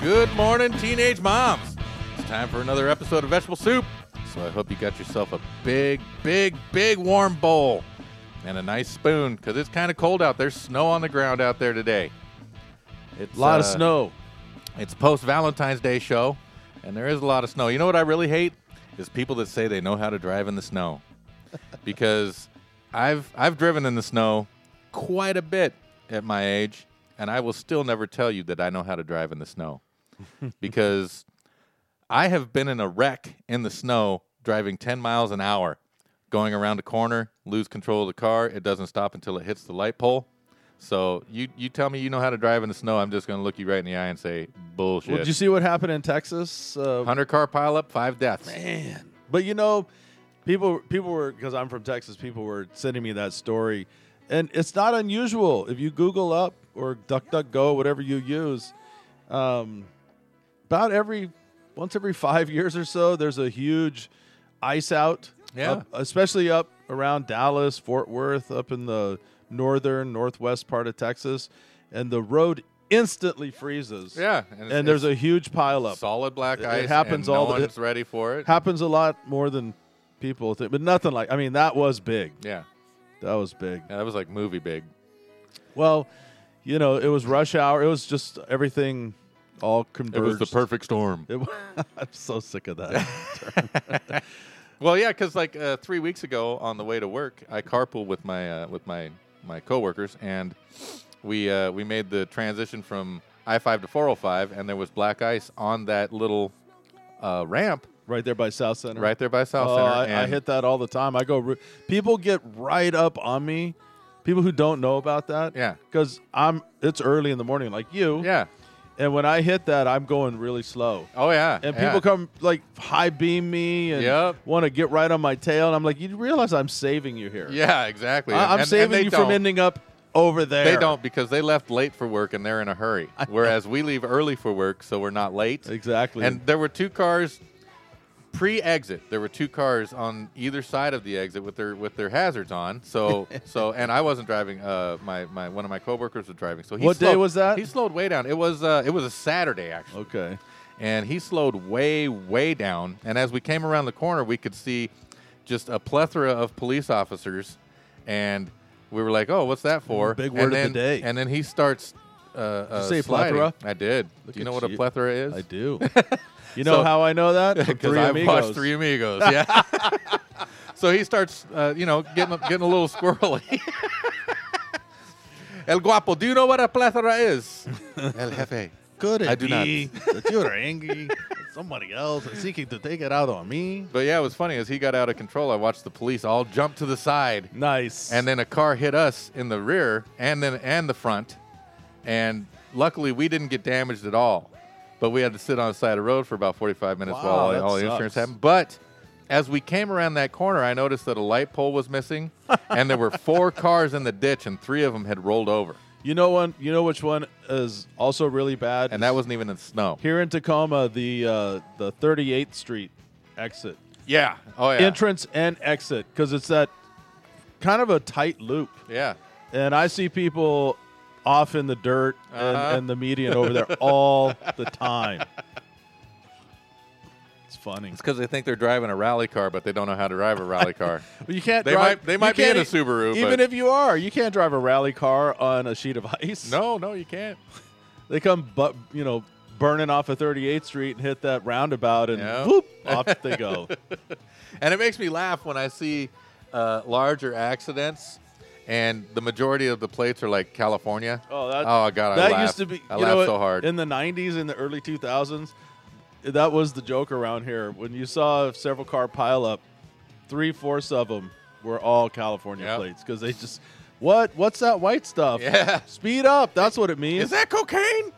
Good morning, teenage moms. It's time for another episode of Vegetable Soup. So I hope you got yourself a big, big, big warm bowl and a nice spoon because it's kind of cold out. There's snow on the ground out there today. It's A lot of uh, snow. It's post Valentine's Day show, and there is a lot of snow. You know what I really hate is people that say they know how to drive in the snow, because I've I've driven in the snow quite a bit at my age, and I will still never tell you that I know how to drive in the snow, because I have been in a wreck in the snow driving 10 miles an hour, going around a corner, lose control of the car. It doesn't stop until it hits the light pole. So you you tell me you know how to drive in the snow, I'm just going to look you right in the eye and say bullshit. Well, did you see what happened in Texas? Uh, 100 car pileup, five deaths. man, but you know, people people were because I'm from Texas. People were sending me that story, and it's not unusual if you Google up or DuckDuckGo, whatever you use. Um, about every once every five years or so, there's a huge ice out. Yeah. up- especially up around Dallas, Fort Worth, up in the northern northwest part of Texas, and the road instantly freezes. Yeah, and, there's a huge pileup. solid black It- it ice. happens and all no the- one's ready for it. happens a lot more than people think, but nothing like. I mean, that was big. Yeah. That was big. yeah, that was like movie big. Well, you know, it was rush hour. It was just everything all converged. perfect storm. It wa- I'm so sick of that. Well, yeah, because like uh, three weeks ago on the way to work, I carpool with my uh, with my my coworkers, and we uh, we made the transition from I five to four hundred five, and there was black ice on that little uh, ramp right there by South Center. right there by South Oh, Center. I, I and hit that all the time. I go. Re- people get right up on me. People who don't know about that. Yeah. Because I'm. It's early in the morning, like you. yeah, And when I hit that, I'm going really slow. oh yeah, And yeah. people come like high beam me and Yep. want to get right on my tail. And I'm like, you realize I'm saving you here. Yeah, exactly. I- And- I'm and- and saving they you don't. from ending up over there. They don't because they left late for work and they're in a hurry. Whereas we leave early for work, so we're not late. Exactly. And there were two cars pre-exit. There were two cars on either side of the exit with their with their hazards on. So so and I wasn't driving. Uh, my my one of my coworkers was driving. So he What day slowed- was that? He slowed way down. It was uh, it was a Saturday actually Okay. and he slowed way, way down. And as we came around the corner, we could see just a plethora of police officers, and we were like, "Oh, what's that for?" Big And word of the then, day. And then he starts. Uh, uh, say sliding. plethora? I did. Look do you know at what a you. plethora is? I do. You know So- how I know that? From because Three I've Amigos. watched Three Amigos. Yeah. so he starts, uh, you know, getting getting a little squirrely. El guapo, do you know what a plethora is? El jefe. Could it I do not. be that you are angry at somebody else and seeking to take it out on me? But yeah, it was funny as he got out of control. I watched the police all jump to the side Nice. and then a car hit us in the rear and then and the front and luckily we didn't get damaged at all but we had to sit on the side of the road for about 45 minutes Wow, while all, that all the insurance sucks. happened but as we came around that corner i noticed that a light pole was missing and there were four cars in the ditch and three of them had rolled over you know one. You know which one is also really bad. and that wasn't even in snow here in Tacoma, the uh, the 38th Street exit, yeah oh yeah entrance and exit, because it's that kind of a tight loop. yeah And I see people off in the dirt Uh-huh. and, and the median over there all the time. It's funny. it's because they think they're driving a rally car but they don't know how to drive a rally car Well, you can't. They drive, might- they you might be can't in a e- Subaru, Even but- if you are, you can't drive a rally car on a sheet of ice. no no you can't they come, but you know, burning off of 38th Street and hit that roundabout, and Yeah. whoop, off they go. And it makes me laugh when I see uh, larger accidents, and the majority of the plates are like California. Oh, that. oh God, I that laughed. used to be. I you know laughed what? so hard. in the 90s, in the early 2000s. That was the joke around here when you saw several car pileup. Three fourths of them were all California Yep. plates because they just. What? What's that white stuff? Yeah. Speed up. That's what it means. Is that cocaine?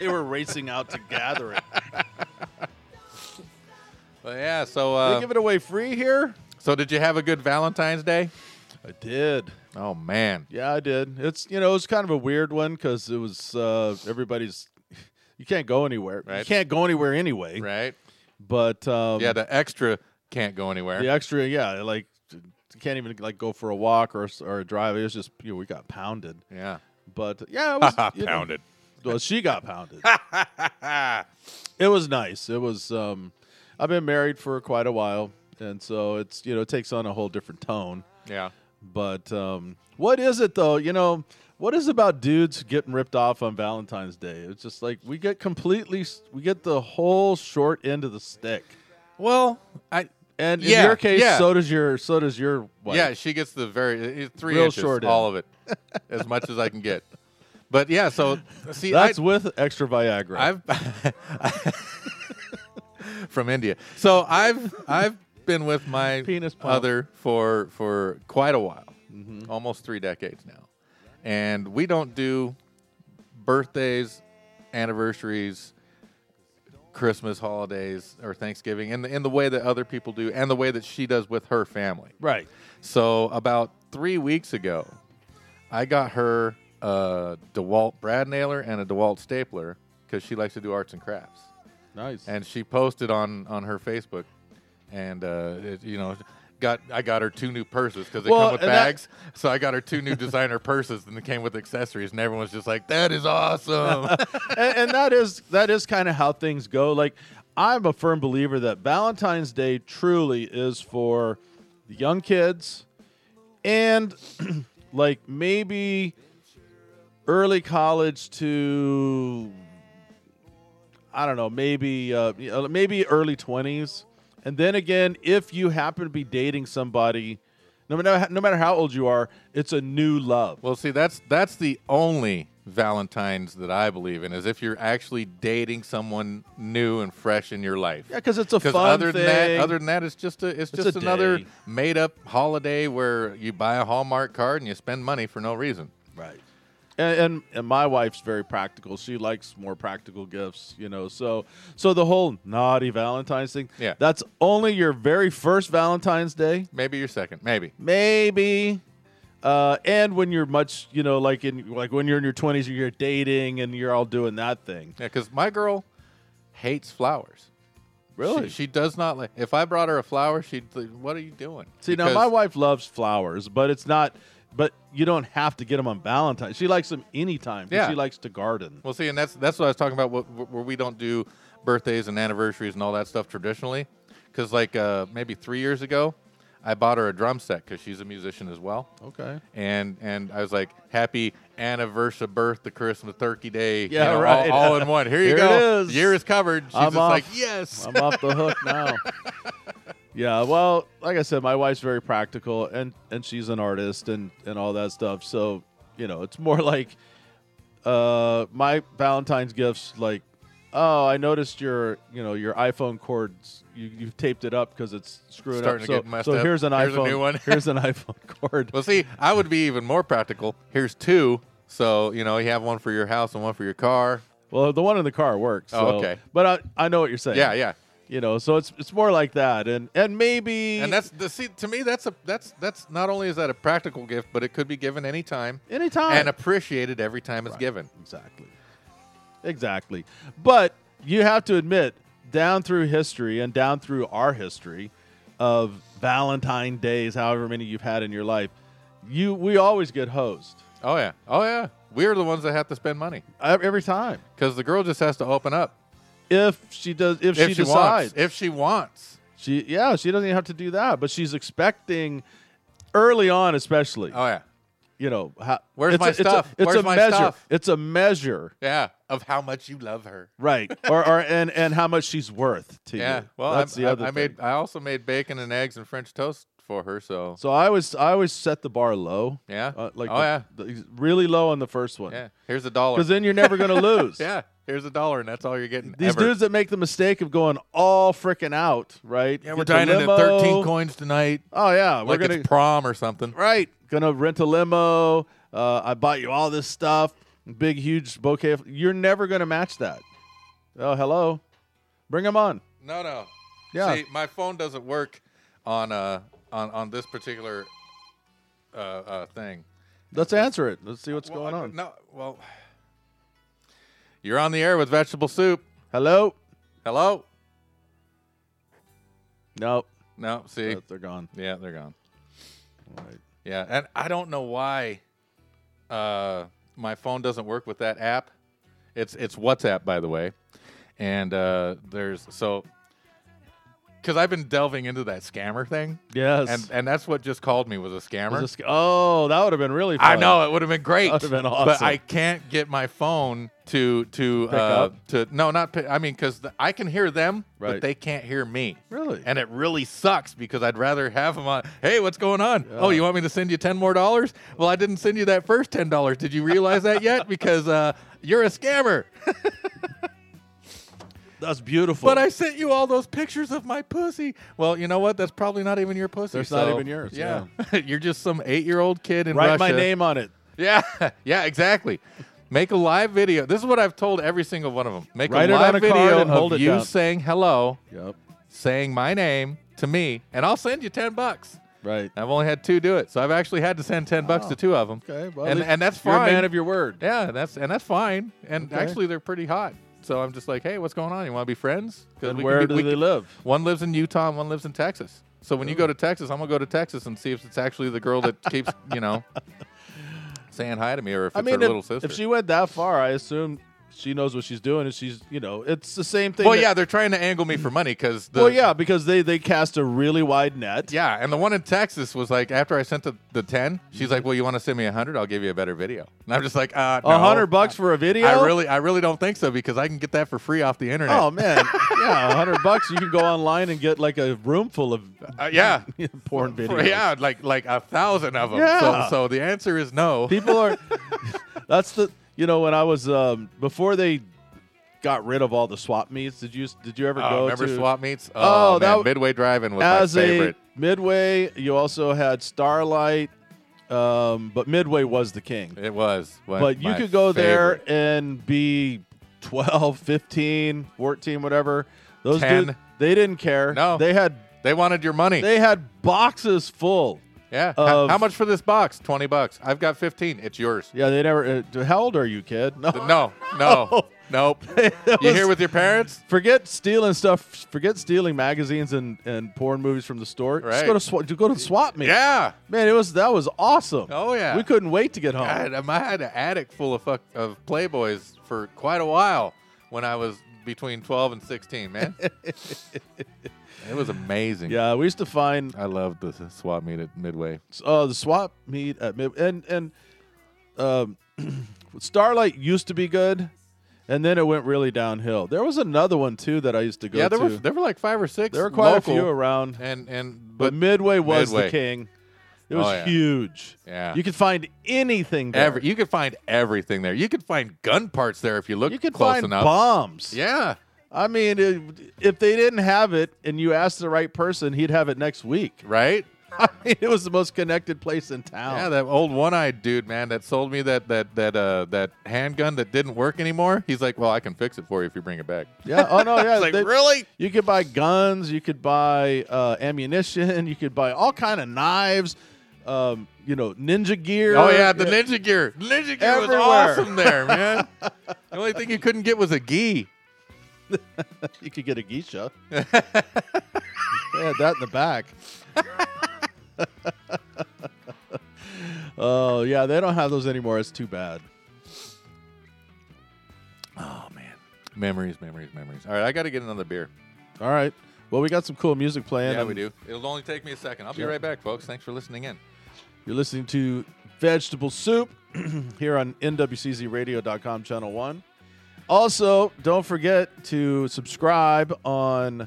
they were racing out to gather it. But yeah. So, They uh, give it away free here? so did you have a good Valentine's Day? I did. Oh man. Yeah, I did. It's you know, it's kind of a weird one because it was uh, everybody's. You can't go anywhere. You Right. can't go anywhere anyway. Right. But um, Yeah, the extra can't go anywhere. the extra, yeah, like you can't even like go for a walk or s- or a drive. It was just you know, we got pounded. Yeah. But yeah, it was Ha, you know, Pounded. well, she got pounded. Ah, It was nice. It was. Um, I've been married for quite a while, and so it's you know it takes on a whole different tone. yeah. But um, what is it though? You know, what is about dudes getting ripped off on Valentine's Day? It's just like we get completely, s- we get the whole short end of the stick. Well, I And in Yeah, your case, yeah. so does your, so does your wife. yeah, she gets the very uh, three Real inches, short end. all of it, as much as I can get. But yeah, so see, I, that's with extra Viagra. I've from India. So I've I've been with my Penis pump. Mm-hmm. other for for quite a while, almost three decades now, and we don't do birthdays, anniversaries, Christmas holidays, or Thanksgiving in the, in the way that other people do, and the way that she does with her family. right. So about three weeks ago, I got her a DeWalt brad nailer and a DeWalt stapler because she likes to do arts and crafts. Nice. And she posted on on her Facebook, and uh, it, you know, got I got her two new purses because they Well, come with and that- bags. so I got her two new designer purses, and they came with accessories. And everyone's just like, "That is awesome!" and, and that is that is kind of how things go. Like I'm a firm believer that Valentine's Day truly is for the young kids and like maybe early college to I don't know, maybe uh, you know, maybe early 20s. And then again, if you happen to be dating somebody, no matter no matter how old you are, it's a new love. Well, see, that's that's the only Valentine's that I believe in is if you're actually dating someone new and fresh in your life. Yeah, because it's a Because fun other thing. than that, other than that, it's just a it's, just a another day. made up holiday where you buy a Hallmark card and you spend money for no reason. Right. And, and and my wife's very practical. She likes more practical gifts, you know. So so the whole naughty Valentine's thing. Yeah. That's only your very first Valentine's Day, Maybe your second, maybe. maybe. Uh, and when you're much, you know, like in like when you're in your 20s and you're dating and you're all doing that thing. Yeah, because my girl hates flowers. Really? she, she does not like. If I brought her a flower, she'd think, "What are you doing?" See, now Because- my wife loves flowers, but it's not. But you don't have to get them on Valentine's. She likes them anytime. 'cause Yeah. She likes to garden. Well, see, and that's that's what I was talking about. What, where we don't do birthdays and anniversaries and all that stuff traditionally, because like uh, maybe three years ago, I bought her a drum set because she's a musician as well, Okay. and and I was like, "Happy anniversary, birth, the Christmas turkey day, Yeah, all- right. all, in one. Here you Here go, it is. year is covered." She's I'm just off. like, "Yes." I'm off the hook now. Yeah, well, like I said, my wife's very practical and and she's an artist and and all that stuff. So, you know, it's more like uh my Valentine's gifts like oh, I noticed your, you know, your iPhone cords you you've taped it up cuz it's screwing Starting up. to so get messed so up. here's an Here's a iPhone new one. here's an iPhone cord. well, see, I would be even more practical. Here's two. So you know, you have one for your house and one for your car. Well, the one in the car works. Oh, so- okay. But I I know what you're saying. Yeah, yeah. You know, so it's it's more like that and and maybe And that's the see to me that's a that's that's not only is that a practical gift, but it could be given any time anytime and appreciated every time it's given. Exactly. Exactly. But you have to admit, down through history and down through our history of Valentine days, however many you've had in your life, you we always get hosed Oh yeah, oh yeah. We're the ones that have to spend money Ev- every time. because the girl just has to open up If she does, if, if she, she, decides, wants. If she wants. she yeah, she doesn't even have to do that, but she's expecting early on, especially. Oh yeah, you know, how, Where's it's my a, it's a- stuff? It's a, Where's my measure. stuff? It's a measure, yeah. Of how much you love her. right? or, or and and how much she's worth to Yeah. you. Well, that's I, the I- other. I thing. made. I also made bacon and eggs and French toast for her. So So I always I always set the bar low. Yeah. Uh, like Oh, the- yeah. the- really low on the first one. yeah, here's a dollar. Because then you're never gonna lose. Yeah, here's a dollar, and that's all you're getting. These ever. dudes that make the mistake of going all freaking out, right? Yeah, we're Get the dining at limo. 13 coins tonight, Oh yeah, we're like gonna it's prom or something. right. Gonna rent a limo. Uh, I bought you all this stuff, big huge bouquet. Of, you're never gonna match that. Oh hello, bring them on. No, no. Yeah. See, my phone doesn't work on uh on on this particular uh, uh thing. Let's answer it. Let's see what's Well, going I- on. No, well, you're on the air with vegetable soup. Hello. Hello. Nope. No, see, Uh, they're gone. yeah, they're gone. All right. Yeah, and I don't know why uh my phone doesn't work with that app. It's it's WhatsApp, by the way. And uh, there's so because I've been delving into that scammer thing, Yes. and and that's what just called me was a scammer. Was this- oh, that would have been really fun. I know it would have been great, That would've been but awesome. I can't get my phone to to Pick uh, up? to no, not pick, I mean because I can hear them, Right. but they can't hear me. Really? and it really sucks because I'd rather have them on. Hey, what's going on? Oh, Yeah. you want me to send you ten more dollars? Well, I didn't send you that first ten dollars. Did you realize that yet? Because uh, you're a scammer. That's beautiful. but I sent you all those pictures of my pussy. Well, you know what? That's probably not even your pussy. That's not so- even yours, you're just some eight-year-old kid in write Russia. my name on it. Yeah, yeah, exactly. Make a live video. This is what I've told every single one of them. Make Write it a on live a card video and hold of it you down. saying hello, Yep. saying my name to me, and I'll send you ten bucks. Right. I've only had two do it, so I've actually had to send ten bucks Oh, to two of them. Okay. Well, at and least and that's you're fine. a man of your word. yeah, that's and that's fine. And Okay. actually, they're pretty hot. So I'm just like, hey, what's going on? You want to be friends? 'Cause And we can where be- do we they can- live? One lives in Utah, and one lives in Texas. So when you go to Texas, I'm gonna go to Texas and see if it's actually the girl that keeps, you know, saying hi to me, or if it's I mean, her if, little sister. if she went that far, I assume she knows what she's doing, and she's you know, it's the same thing. well, that- yeah, they're trying to angle me for money because the well, yeah, because they they cast a really wide net. yeah, and the one in Texas was like, after I sent the, the ten, she's like, well, you want to send me a hundred? I'll give you a better video. And I'm just like, uh, A no. hundred bucks for a video. I really, I really don't think so because I can get that for free off the internet. Oh man, yeah, a hundred bucks. You can go online and get like a room full of Uh, yeah, porn For- videos. yeah, like like a thousand of them. Yeah. So, so the answer is no. people are. that's the you know when I was um, before they got rid of all the swap meets. Did you did you ever Uh, go remember to swap meets? Oh, Oh, that man, w- Midway Driving was my as favorite. a midway? You also had Starlight, um, but Midway was the king. It was. one- but you my could go favorite. there and be 12 15 14 whatever those 10. dudes they didn't care No. they had They wanted your money. they had boxes full yeah. H- of- how much for this box? Twenty bucks. I've got fifteen. It's yours. yeah they never uh, how old are you kid no, No, no, nope. Oh. That You was- here with your parents? forget stealing stuff forget stealing magazines and, and porn movies from the store just go to Right. swap go to swap me Yeah. man it was that was awesome Oh, yeah. we couldn't wait to get home I had, um, I had an attic full of fuck, of Playboys for quite a while when I was between 12 and 16, man. it was amazing. yeah we used to find I loved the s- swap meet at Midway. uh, the swap meet at mid and and um, Starlight used to be good, and then it went really downhill. There was another one too that I used to go yeah, there to. were there were like five or six. there were quite local, a few around, And and but but Midway was the Midway. king. It was Oh, yeah. huge. Yeah. you could find anything there. every you could find everything there. You could find gun parts there if you look you could close find enough. bombs. Yeah, I mean, it, if they didn't have it and you asked the right person, he'd have it next week. right. I mean, it was the most connected place in town. Yeah, that old one-eyed dude, man, that sold me that that that uh, that handgun that didn't work anymore. He's like, "Well, I can fix it for you if you bring it back." yeah. Oh no, yeah. It's like, they- really? You could buy guns. You could buy uh, ammunition. You could buy all kind of knives. Um, you know, ninja gear. Oh yeah, the ninja gear. Ninja gear Everywhere. was awesome there, man. the only thing you couldn't get was a gi. You could get a geisha. they had that in the back. oh yeah, they don't have those anymore. It's too bad. Oh man, memories, memories, memories. All right, I got to get another beer. All right. Well, we got some cool music playing. yeah, and we do. It'll only take me a second. I'll Sure. be right back, folks. Thanks for listening in. You're listening to Vegetable Soup here on NWCZRadio.com, Channel 1. Also, don't forget to subscribe on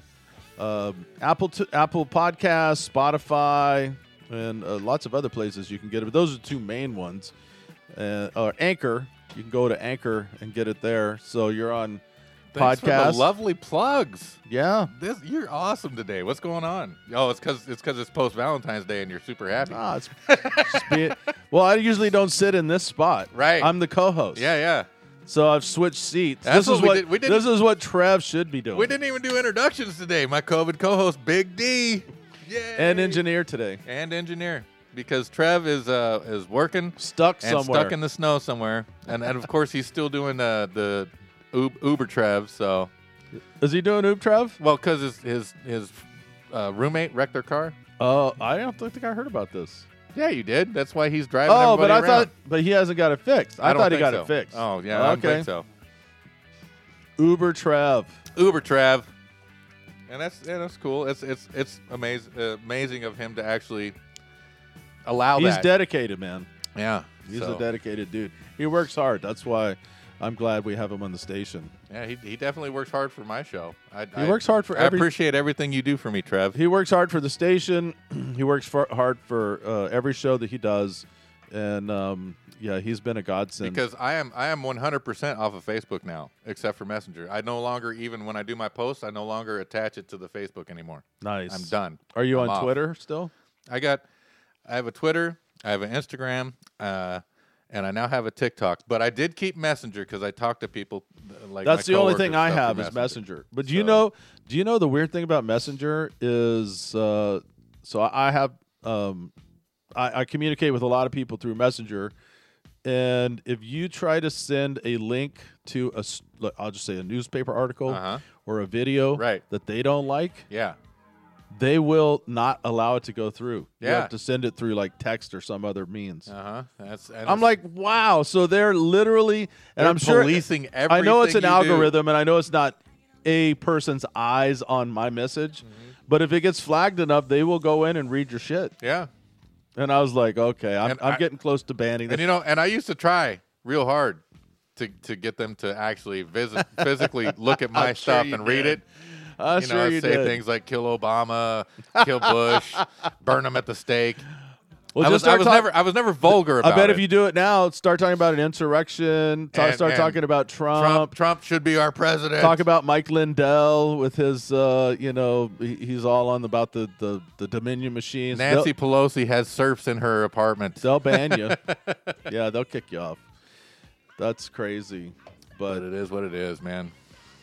um Apple t- Apple Podcasts, Spotify, and uh, lots of other places you can get it. But those are the two main ones. Uh, or Anchor. You can go to Anchor and get it there. So you're on Thanks for the podcast. lovely plugs. yeah. This you're awesome today. What's going on? Oh, it's because it's because it's post Valentine's Day and you're super happy. Ah, it's, just be it. Well, I usually don't sit in this spot. Right. I'm the co-host. yeah, yeah. So I've switched seats. That's this what is we what did- we didn't- this is what Trev should be doing. We didn't even do introductions today. My COVID co-host, Big D, Yay. and engineer today and engineer, because Trev is uh is working stuck and somewhere. stuck in the snow somewhere, and and of course he's still doing uh, the Ub- Uber Trev. So is he doing Oob Trev? well, because his his his uh, roommate wrecked their car. Oh, I don't think I heard about this. Yeah, you did. That's why he's driving. Oh, but I everybody around. thought, but he hasn't got it fixed. I, don't thought he think got so. it fixed. Oh yeah, I don't okay. think so. Uber Trav. Uber Trav, and that's yeah, that's cool. It's it's it's amazing uh, amazing of him to actually allow He's that. dedicated, man. Yeah, He's so, a dedicated dude. He works hard. That's why I'm glad we have him on the station. yeah. He, he definitely works hard for my show. I, He works hard for I every. appreciate everything you do for me, Trev. he works hard for the station. he works for, hard for uh, every show that he does, and um, yeah, he's been a godsend. because I am I am 100% off of Facebook now, except for Messenger. I no longer even when I do my posts, I no longer attach it to the Facebook anymore. nice. I'm done. Are you I'm on off. Twitter still? I got I have a Twitter, I have an Instagram, uh, and I now have a TikTok. But I did keep Messenger because I talk to people uh, like That's my the only thing coworkers I stuff through have is Messenger. But do you So- know? Do you know the weird thing about Messenger is? Uh, so I I have um, I, I communicate with a lot of people through Messenger, and if you try to send a link to a, s- like, I'll just say a newspaper article Uh-huh. or a video Right. that they don't like, Yeah. they will not allow it to go through. You Yeah. have to send it through like text or some other means. Uh huh. That's. And I'm like, wow. So they're literally, and I'm sure policing everything. I know it's an you do. algorithm, and I know it's not a person's eyes on my message, but if it gets flagged enough, they will go in and read your shit. Yeah. And I was like, okay, I'm, And I'm I- getting close to banning And this. you know, and I used to try real hard to to get them to actually visit physically look at my I'm sure stuff you and read did. it. you I'm Ah, sure know, I'd you say did. things like kill Obama, kill Bush, burn him at the stake. Well, I was, just I start was talk- never I was never vulgar I about bet it. if you do it now, start talking about an insurrection. Talk, And- start and talking about Trump. Trump Trump should be our president. Talk about Mike Lindell with his, uh, you know, he, he's all on about the the, the Dominion machines. Nancy Pelosi has serfs in her apartment. They'll, they'll ban you. yeah, they'll kick you off. That's crazy, But but it is what it is, man.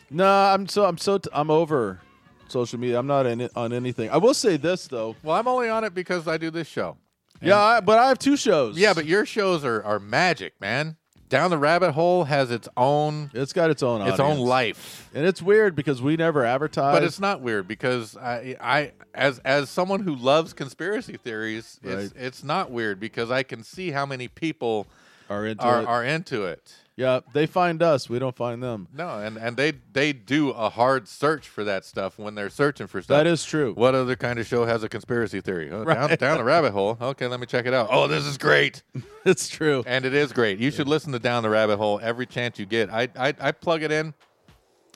No, I'm so I'm so t- I'm over social media. I'm not in it on anything. I will say this though. Well, I'm only on it because I do this show. yeah, I, but I have two shows. Yeah, but your shows are, are magic, man. Down the rabbit hole has its own it's got its own its own audience. life. and it's weird because we never advertise. But it's not weird because I, I, as as someone who loves conspiracy theories, it's Right. it's not weird because I can see how many people are into are, it. are into it. yeah, they find us. We don't find them. No, and and they they do a hard search for that stuff when they're searching for stuff. That is true. what other kind of show has a conspiracy theory? Oh, down, down the rabbit hole. Okay, let me check it out. Oh, this is great, It's true. and it is great. You should listen to Down the Rabbit Hole every chance you get. I I, I plug it in.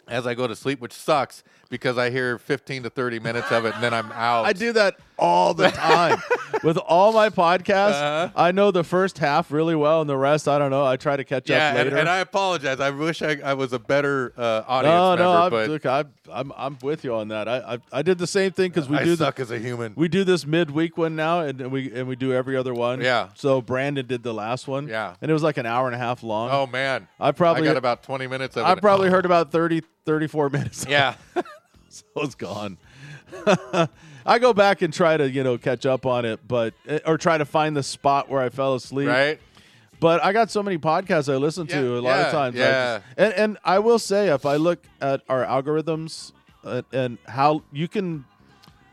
As I go to sleep, which sucks because I hear 15 to 30 minutes of it and then I'm out. I do that all the time with all my podcasts. Uh-huh. I know the first half really well, and the rest I don't know. I try to catch Yeah, up and, later. and I apologize. I wish I, I was a better uh, audience no, member, no, I'm, but look, I'm, I'm I'm with you on that. I I, I did the same thing because we I do the suck as a human. We do this midweek one now, and then we and we do every other one. Yeah. So Brandon did the last one. Yeah. And it was like an hour and a half long. oh man, I probably I I, got about twenty minutes of it. Oh. probably heard about 30, 34 minutes. Yeah, so it's gone. I go back and try to you know catch up on it, but eh, or try to find the spot where I fell asleep. right. But I got so many podcasts I listen Yeah, to a lot yeah, of times. I yeah. just- and and I will say if I look at our algorithms uh, and how you can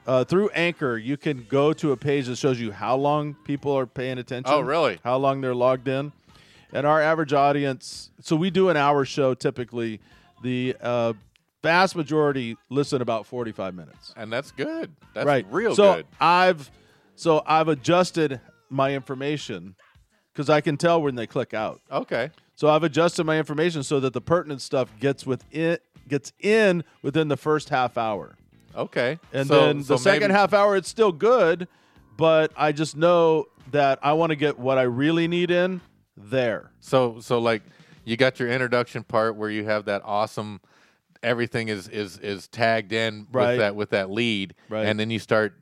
uh, through Anchor, you can go to a page that shows you how long people are paying attention. Oh, really? How long they're logged in, and our average audience. So we do an hour show typically. The uh, vast majority listen about forty-five minutes And that's good. That's right real so good. i've so i've adjusted my information because i can tell when they click out Okay. so i've adjusted my information so that the pertinent stuff gets within gets in within the first half hour Okay. and So- then so the second maybe- half hour it's still good but i just know that i want to get what i really need in there So so like you got your introduction part where you have that awesome everything is is is tagged in Right. with that with that lead, Right. and then you start.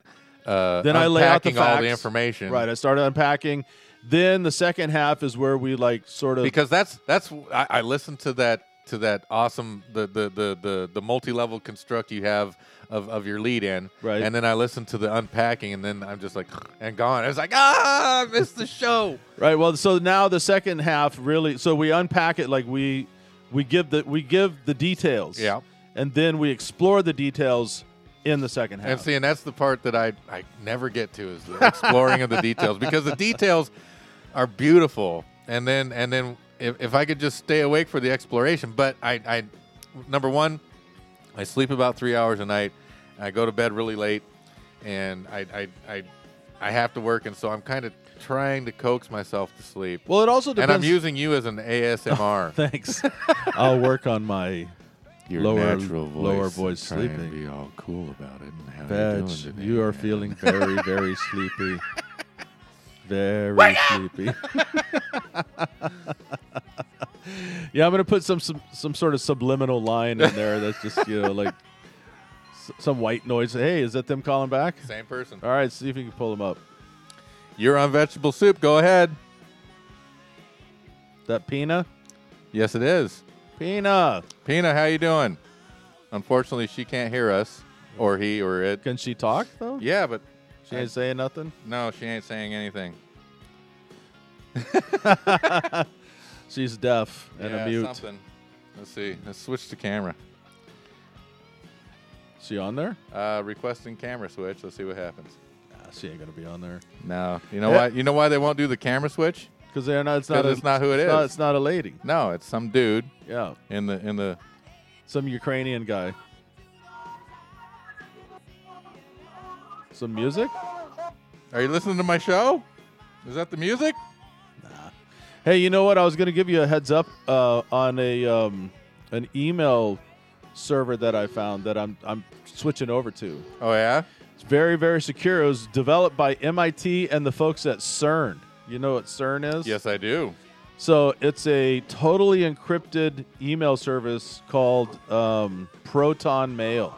Uh, then I lay out the unpacking all the facts. information. right i started unpacking then the second half is where we like sort of because that's that's I, I listened to that to that awesome the the the the, the multi level construct you have of, of your lead in, Right. And then I listened to the unpacking, and then I'm just like and gone. I was like, ah, I missed the show. Right. Well, so now the second half really. So we unpack it like we we give the we give the details. Yeah. And then we explore the details in the second half. And see, and that's the part that I I never get to is the exploring of the details because the details are beautiful, and then and then if, if I could just stay awake for the exploration, but I I number one, I sleep about three hours a night. and I go to bed really late, and I I I, I have to work, and so I'm kind of trying to coax myself to sleep. Well, it also and depends. I'm using you as an ASMR. Thanks. I'll work on my Your Lower- lower voice try and sleeping. Be all cool about it. And how you doing badge. today, You are man? feeling very, very sleepy. Very sleepy. yeah, I'm gonna put some, some some sort of subliminal line in there. That's just you know like s- some white noise. Hey, is that them calling back? same person. All right, see if you can pull them up. You're on vegetable soup. Go ahead. That Pina, Yes, it is. Pina. Pina, how you doing? Unfortunately, she can't hear us, or he, or it. Can she talk though? Yeah, but She ain't saying nothing. no, she ain't saying anything. She's deaf and yeah, a mute. something. Let's see. Let's switch to camera. She on there? Uh, requesting camera switch. Let's see what happens. Nah, she ain't gonna be on there. No, you know Yeah. why? You know why they won't do the camera switch? Because they're not. It's not. 'Cause A, it's not who it it's Not, is. it's not a lady. No, it's some dude Yeah, in the in the. some Ukrainian guy. Some music. Are you listening to my show? Is that the music? Hey, you know what? I was gonna give you a heads up uh, on a um, an email server that I found that I'm I'm switching over to. Oh yeah. It's very very secure. It was developed by MIT and the folks at CERN. You know what CERN is? Yes, I do. So it's a totally encrypted email service called um, Proton Mail,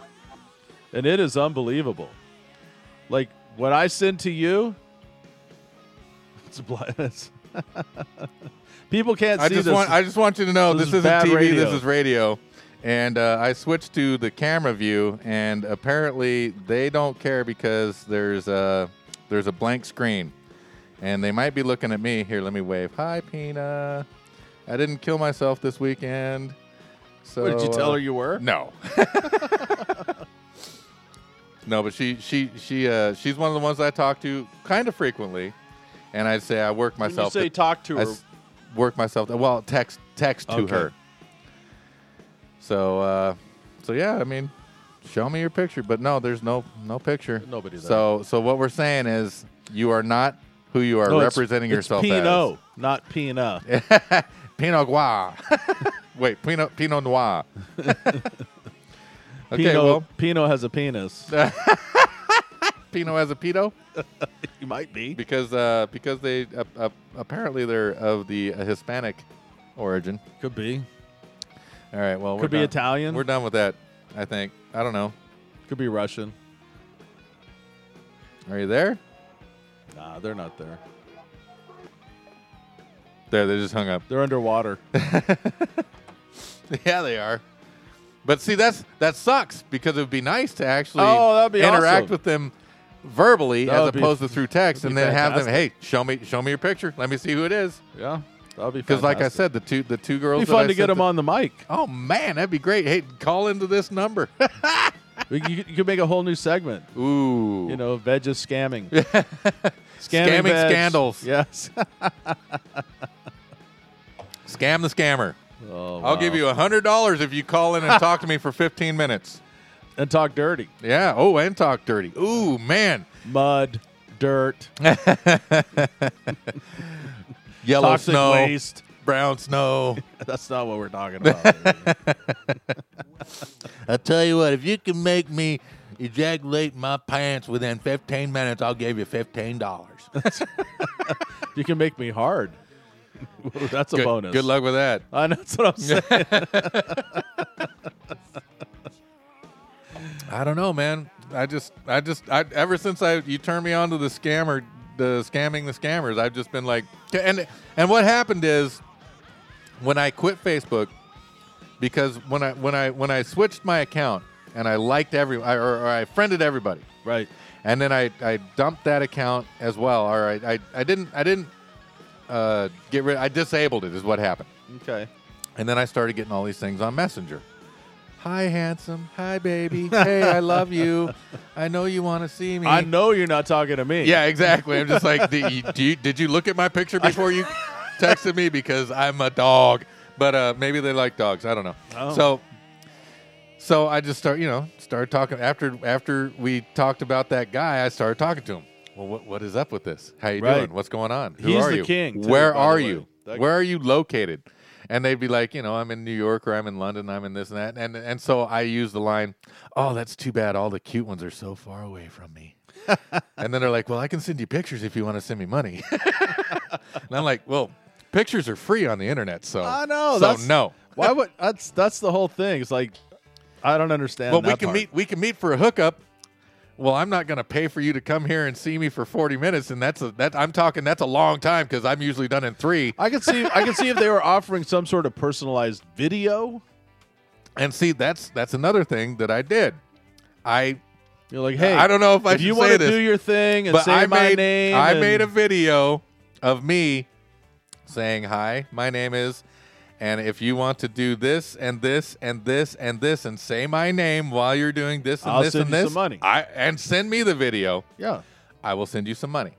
and it is unbelievable. Like what I send to you, it's blast. People can't I see just this. want I just want you to know this this, is isn't bad TV. radio. This is radio. And uh, I switched to the camera view, and apparently they don't care because there's a there's a blank screen, and they might be looking at me. Here, let me wave. Hi, Pina. I didn't kill myself this weekend. So what did you tell uh, her you were? No. no, but she she she uh, she's one of the ones I talk to kind of frequently, and I'd say I work When you myself. say to- talk to I her, s- work myself. Well, text text to Okay. her. So uh, so yeah, I mean, show me your picture, but no, there's no no picture. Nobody there. So so what we're saying is you are not who you are No, it's- representing it's yourself Pino, not Pina. as. Pinot Noir. Wait, Pinot Pinot Noir. okay, Pino, well, Pino has a penis. Pinot as a pedo you might be. because uh, because they uh, uh, apparently they're of the uh, Hispanic origin. Could be. All right, well, we're Could be done. Italian. We're done with that, I think. I don't know. Could be Russian. Are you there? Nah, they're not there. There, they just hung up. They're underwater. yeah, they are. But see, that's that sucks because it would be nice to actually Oh, that'd be interact awesome. with them verbally That as would be- opposed to through text, that'd and be then have them, hey, fantastic. show me, show me your picture. Let me see who it is. yeah, that'll be Because, like I fantastic. said, the two the two girls. It'd be that I fun to get sent them on the mic. Oh man, that'd be great. Hey, call into this number. We, you, you could make a whole new segment. Ooh, You know, veg is scamming. Scamming veg. scandals. Yes. scam the scammer. Oh, I'll give wow. you a hundred dollars if you call in and talk to me for fifteen minutes. and talk dirty. Yeah. Oh, and talk dirty. Ooh, man. Mud, dirt, Oh, Yellow toxic snow, waste. brown snow. That's not what we're talking about. I tell you what, if you can make me ejaculate my pants within 15 minutes, I'll give you $15. you can make me hard. That's a good, bonus. Good luck with that. I know that's what I'm saying. I don't know, man. I just, I just, I ever since I you turned me on to the scammer, the scamming the scammers, I've just been like, and and what happened is when I quit Facebook, because when I when I when I switched my account and I liked every or, or I friended everybody, right. and then I, I dumped that account as well. All right, I, I didn't I didn't uh, get rid. I disabled it is what happened, Okay. and then I started getting all these things on Messenger. Hi, handsome. Hi, baby. Hey, I love you. I know you want to see me. I know you're not talking to me. Yeah, exactly. I'm just like, did you, do you, did you look at my picture before you texted me? Because I'm a dog. But uh, maybe they like dogs. I don't know. Oh. So, So I just start, you know, started talking after after we talked about that guy. I started talking to him. Well, what, what is up with this? How you Right. doing? What's going on? Who He's are the you? king, too, Where by the are way. you? That- Where are you located? And they'd be like, you know, I'm in New York or I'm in London, I'm in this and that. And and so I use the line, "Oh, that's too bad. All the cute ones are so far away from me." and then they're like, "Well, I can send you pictures if you want to send me money." and I'm like, "Well, pictures are free on the internet, so I know. so that's- no." Why would that's that's the whole thing? It's like I don't understand. Well, we that can part. meet. We can meet for a hookup. Well, I'm not going to pay for you to come here and see me for 40 minutes, and that's a that I'm talking. That's a long time because I'm usually done in three. I could see I could see if they were offering some sort of personalized video. And see, that's that's another thing that I did. I You're like, hey, I don't know if I if should you say want to this, do your thing and but say I my made name, I and- made a video of me saying hi. My name is. And if you want to do this and this and this and this and say my name while you're doing this and I'll this send and you this, some money. I and send me the video. yeah. I will send you some money.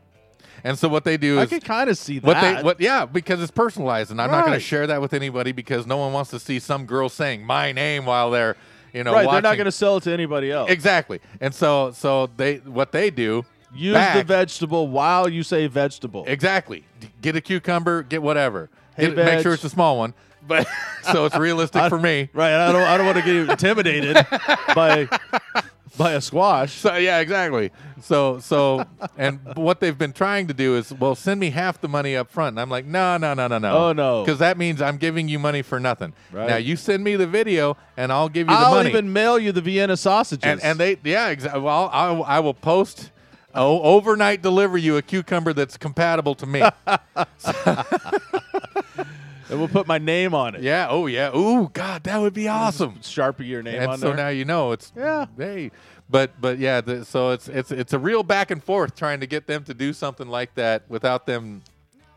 And so what they do I is could kind of see that. what they what yeah because it's personalized and I'm not going Right. to share that with anybody because no one wants to see some girl saying my name while they're you know right? watching. They're not going to sell it to anybody else. exactly and so so they what they do Use the back- vegetable while you say vegetable. exactly D- get a cucumber get whatever Hey, Get it- make sure veg. it's a small one but so it's realistic for me Right. I don't. I don't want to get you intimidated by by a squash. So yeah, exactly. So so and what they've been trying to do is well send me half the money up front. And I'm like, no, no, no, no, no. Oh, no. Because that means I'm giving you money for nothing. Right. Now you send me the video and I'll give you the I'll money. even mail you the Vienna sausages. and and they yeah, exactly. Well, I, I will post oh, overnight deliver you a cucumber that's compatible to me. and we'll put my name on it. yeah, oh yeah. Ooh, God, that would be awesome. Sharpie your name and on so there. now you know it's Yeah. hey but but yeah the, so it's it's it's a real back and forth trying to get them to do something like that without them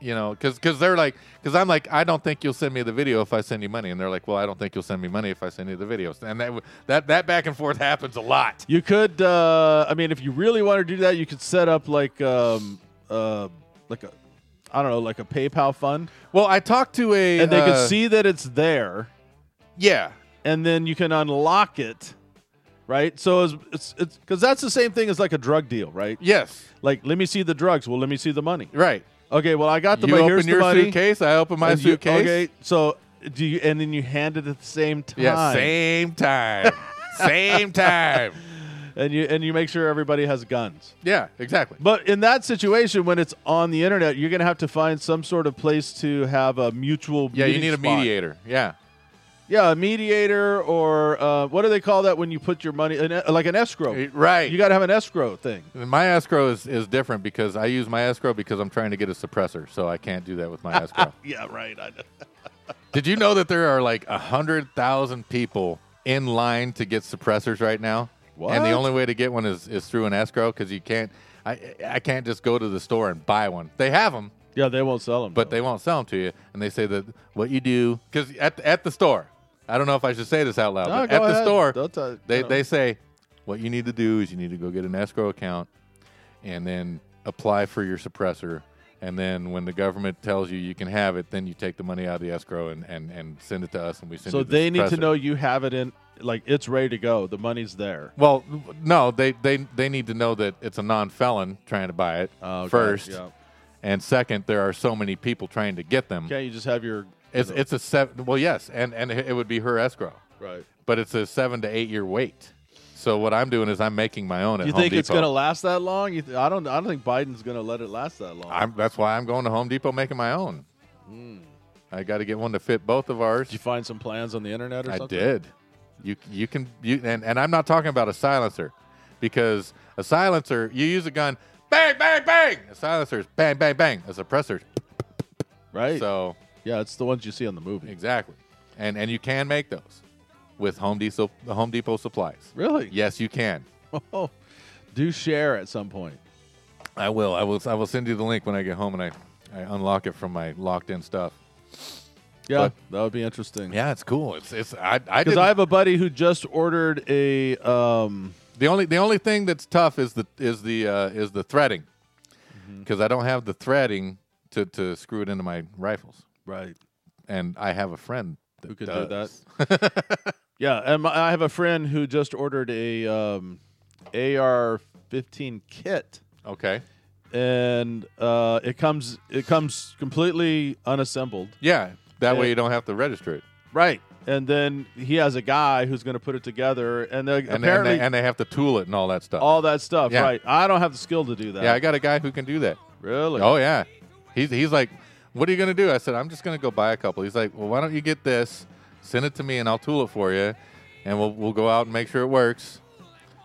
you know because because they're like because i'm like i don't think you'll send me the video if i send you money and they're like well i don't think you'll send me money if i send you the videos and that w- that that back and forth happens a lot You could, uh, I mean, if you really want to do that, you could set up like, um, uh, like a, I don't know, like a PayPal fund, well i talked to a and they uh, could see that it's there, yeah and then you can unlock it, right? So it's it's because that's the same thing as like a drug deal, right? yes Like, let me see the drugs. Well, let me see the money. right Okay, well, I got the you money. open Here's your the money. suitcase i open my and you- suitcase okay, so do you, and then you hand it at the same time. yeah same time same time And you and you make sure everybody has guns. yeah exactly But in that situation, when it's on the internet, you're gonna have to find some sort of place to have a mutual. yeah you meeting need a spot. mediator yeah Yeah, a mediator, or uh, what do they call that when you put your money, an, uh, like an escrow? right You got to have an escrow thing. And My escrow is, is different because I use my escrow because I'm trying to get a suppressor, so I can't do that with my escrow. Yeah, right. I know. Did you know that there are like a hundred thousand people in line to get suppressors right now? And the What? only way to get one is, is through an escrow because you can't. I I can't just go to the store and buy one. They have them, Yeah, they won't sell them. but they won't sell them to you. And they say that what you do because at at the store, I don't know if I should say this out loud, but at the store, They, Uh-huh. they say what you need to do is you need to go get an escrow account and then apply for your suppressor. And then when the government tells you you can have it, then you take the money out of the escrow and, and, and send it to us and we send so you the they need to suppressor. know you have it in, like it's ready to go. The money's there. Well, no, they, they, they need to know that it's a non felon trying to buy it Oh, okay, first. yeah. And second, there are so many people trying to get them. Can't you just have your? It's, it's a seven, well, yes, and, and it would be her escrow, right. but it's a seven to eight year wait. So what I'm doing is I'm making my own at You Home think it's Depot. gonna last that long? You th- I don't. I don't think Biden's gonna let it last that long. I'm, that's why I'm going to Home Depot making my own. Hmm. I got to get one to fit both of ours. Did you find some plans on the internet or I something? did. You you can you and, and I'm not talking about a silencer because a silencer you use a gun bang bang bang a silencer is bang bang bang a suppressor Right? so yeah, it's the ones you see on the movie. exactly and and you can make those with Home Depot Home Depot supplies. Really? Yes, you can. Oh, do share at some point. I will. I will. I will send you the link when I get home and I, I unlock it from my locked in stuff. Yeah, But- that would be interesting. Yeah, it's cool. It's it's. I I Because didn't- I have a buddy who just ordered a. Um, The only the only thing that's tough is the is the uh, is the threading, Mm-hmm. because I don't have the threading to, to screw it into my rifles, right. and I have a friend that Who could do does. that? Yeah, and my, I have a friend who just ordered a um, AR-15 kit, Okay. and uh, it comes it comes completely unassembled. Yeah. That way Uh, you don't have to register it. Right. And then he has a guy who's going to put it together, and, they And, and, apparently they, and they have to tool it and all that stuff. all that stuff. Yeah. Right. I don't have the skill to do that. yeah, I got a guy who can do that. really. Oh yeah, he's he's like, what are you gonna do? I said, I'm just gonna go buy a couple. He's like, well, why don't you get this, send it to me, and I'll tool it for you, and we'll we'll go out and make sure it works.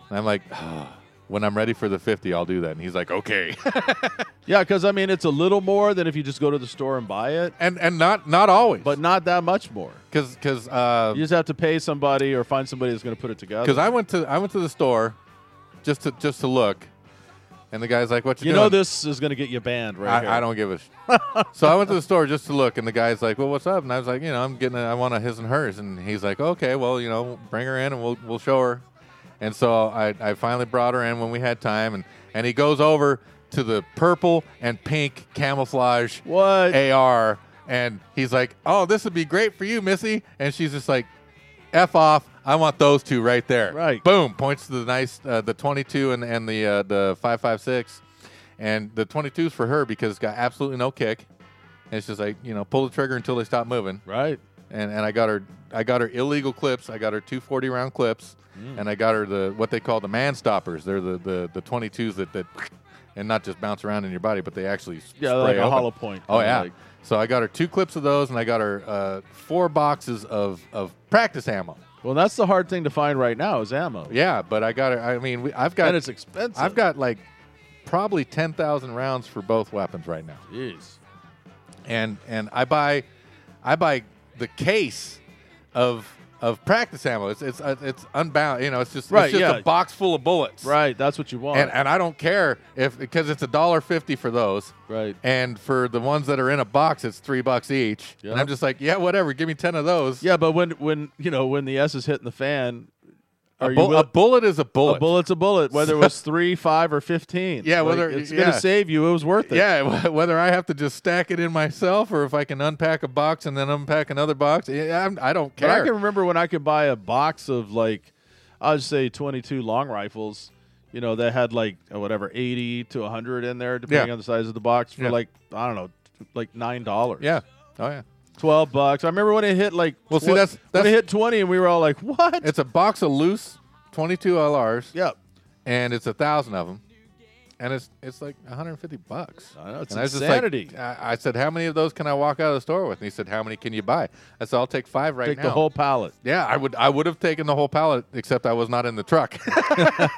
And I'm like, when I'm ready for the 50, I'll do that. And he's like, okay, Yeah, because I mean, it's a little more than if you just go to the store and buy it, and and not not always, but not that much more. because because You just have to pay somebody or find somebody that's going to put it together. because I went to I went to the store, just to just to look, and the guy's like, what you, you know doing? this is going to get you banned right here. I, I don't give a. Sh- so I went to the store just to look, and the guy's like, "Well, what's up?" And I was like, "You know, I'm getting, a, I want a his and hers." And he's like, "Okay, well, you know, bring her in, and we'll we'll show her." And so I, I finally brought her in when we had time, and and he goes over to the purple and pink camouflage What? AR, and he's like, "Oh, this would be great for you, Missy." And she's just like, "F off! I want those two right there." Right. Boom! Points to the nice, uh, the 22 and and the uh, the 556, and the 22's for her because it's got absolutely no kick. And it's just like you know, pull the trigger until they stop moving. Right. And and I got her, I got her illegal clips. I got her 240 round clips, Mm. and I got her the what they call the man stoppers. They're the the the 22s that that. And not just bounce around in your body, but they actually Yeah, spray like a open. hollow point. Oh kinda yeah. like- so I got her two clips of those, and I got her uh, four boxes of of practice ammo. well, that's the hard thing to find right now is ammo. Yeah, but I got her. I mean, we, I've got and it's expensive. I've got like probably ten thousand rounds for both weapons right now, Jeez. and and I buy I buy the case of of practice ammo. It's it's uh, it's unbound. You know, it's just Right, it's just yeah. a box full of bullets. Right. That's what you want. And and I don't care if because it's a dollar fifty for those. right. And for the ones that are in a box, it's three bucks each. Yep. And I'm just like, yeah, whatever. Give me ten of those. Yeah, but when when you know when the S is hitting the fan, are a, you bull- will- a bullet is a bullet. a bullet's a bullet, whether it was three, five, or fifteen. Yeah, Like, whether- it's yeah. gonna save you, it was worth it. Yeah, wh- whether I have to just stack it in myself or if I can unpack a box and then unpack another box, yeah, I'm, I don't But I care. can remember when I could buy a box of like, I'd say twenty-two long rifles. You know, that had like uh, whatever eighty to hundred in there, depending Yeah. on the size of the box, for Yeah. like I don't know, like nine dollars. yeah. Oh yeah. twelve bucks. I remember when it hit like Well, see, that's- when it that's- hit twenty, and we were all like, "What?" It's a box of loose 22 LRs, yeah, and it's a thousand of them, and it's it's like 150 bucks. I know, it's And I was just insanity. Like, I, I said, how many of those can I walk out of the store with? And he said, how many can you buy? I said, I'll take five right Take now. the whole pallet. yeah, I would I would have taken the whole pallet except I was not in the truck.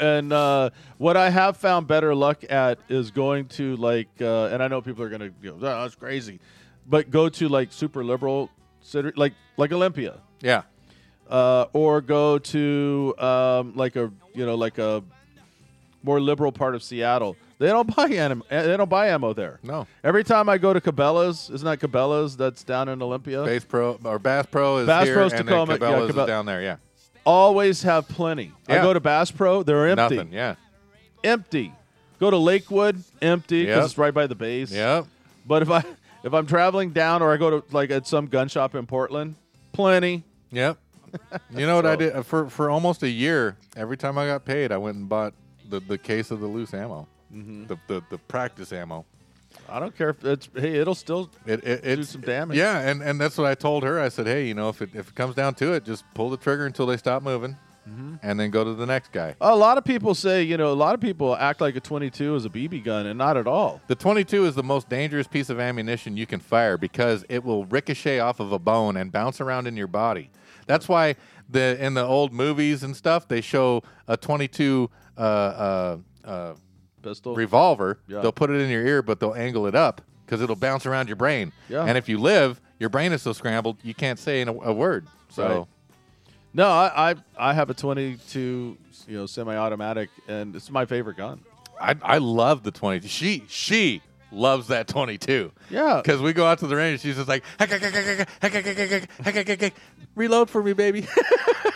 and uh, what I have found better luck at is going to like, uh, and I know people are gonna go, oh, that's crazy, but go to like super liberal, city, like like Olympia, yeah. uh, or go to um, like a you know like a more liberal part of Seattle. They don't buy ammo. They don't buy ammo there. No. Every time I go to Cabela's, isn't that Cabela's that's down in Olympia? Bass Pro or Bass Pro is Bass here, Pro's and Tacoma, then yeah, Cabela's Cabela- is down there. Yeah, Always have plenty. I Yeah. go to Bass Pro, they're empty. nothing. Yeah, empty. Go to Lakewood, empty because Yep. it's right by the base. yeah. But if I if I'm traveling down or I go to like at some gun shop in Portland, plenty. Yep. You know what I So- did Uh, for for almost a year. Every time I got paid, I went and bought the, the case of the loose ammo, Mm-hmm. the, the the practice ammo. I don't care if it's hey, it'll still It, it it's, some damage. Yeah, and, and that's what I told her. I said, hey, you know, if it if it comes down to it, just pull the trigger until they stop moving, Mm-hmm. and then go to the next guy. a lot of people say, you know, a lot of people act like a 22 is a BB gun and not at all. The 22 is the most dangerous piece of ammunition you can fire because it will ricochet off of a bone and bounce around in your body. That's why the in the old movies and stuff they show a 22 uh, uh, uh, Pistol. revolver. Yeah. They'll put it in your ear, but they'll angle it up because it'll bounce around your brain. Yeah. And if you live, your brain is so scrambled you can't say a, a word. So Right. no, I, I I have a 22, you know, semi-automatic and it's my favorite gun. I, I love the 22. She she loves that 22. Yeah. Because we go out to the range, she's just like, "Hack, hack, hack, hack, hack, hack, hack, hack, hack, hack, hack, hack, hack. reload for me, baby.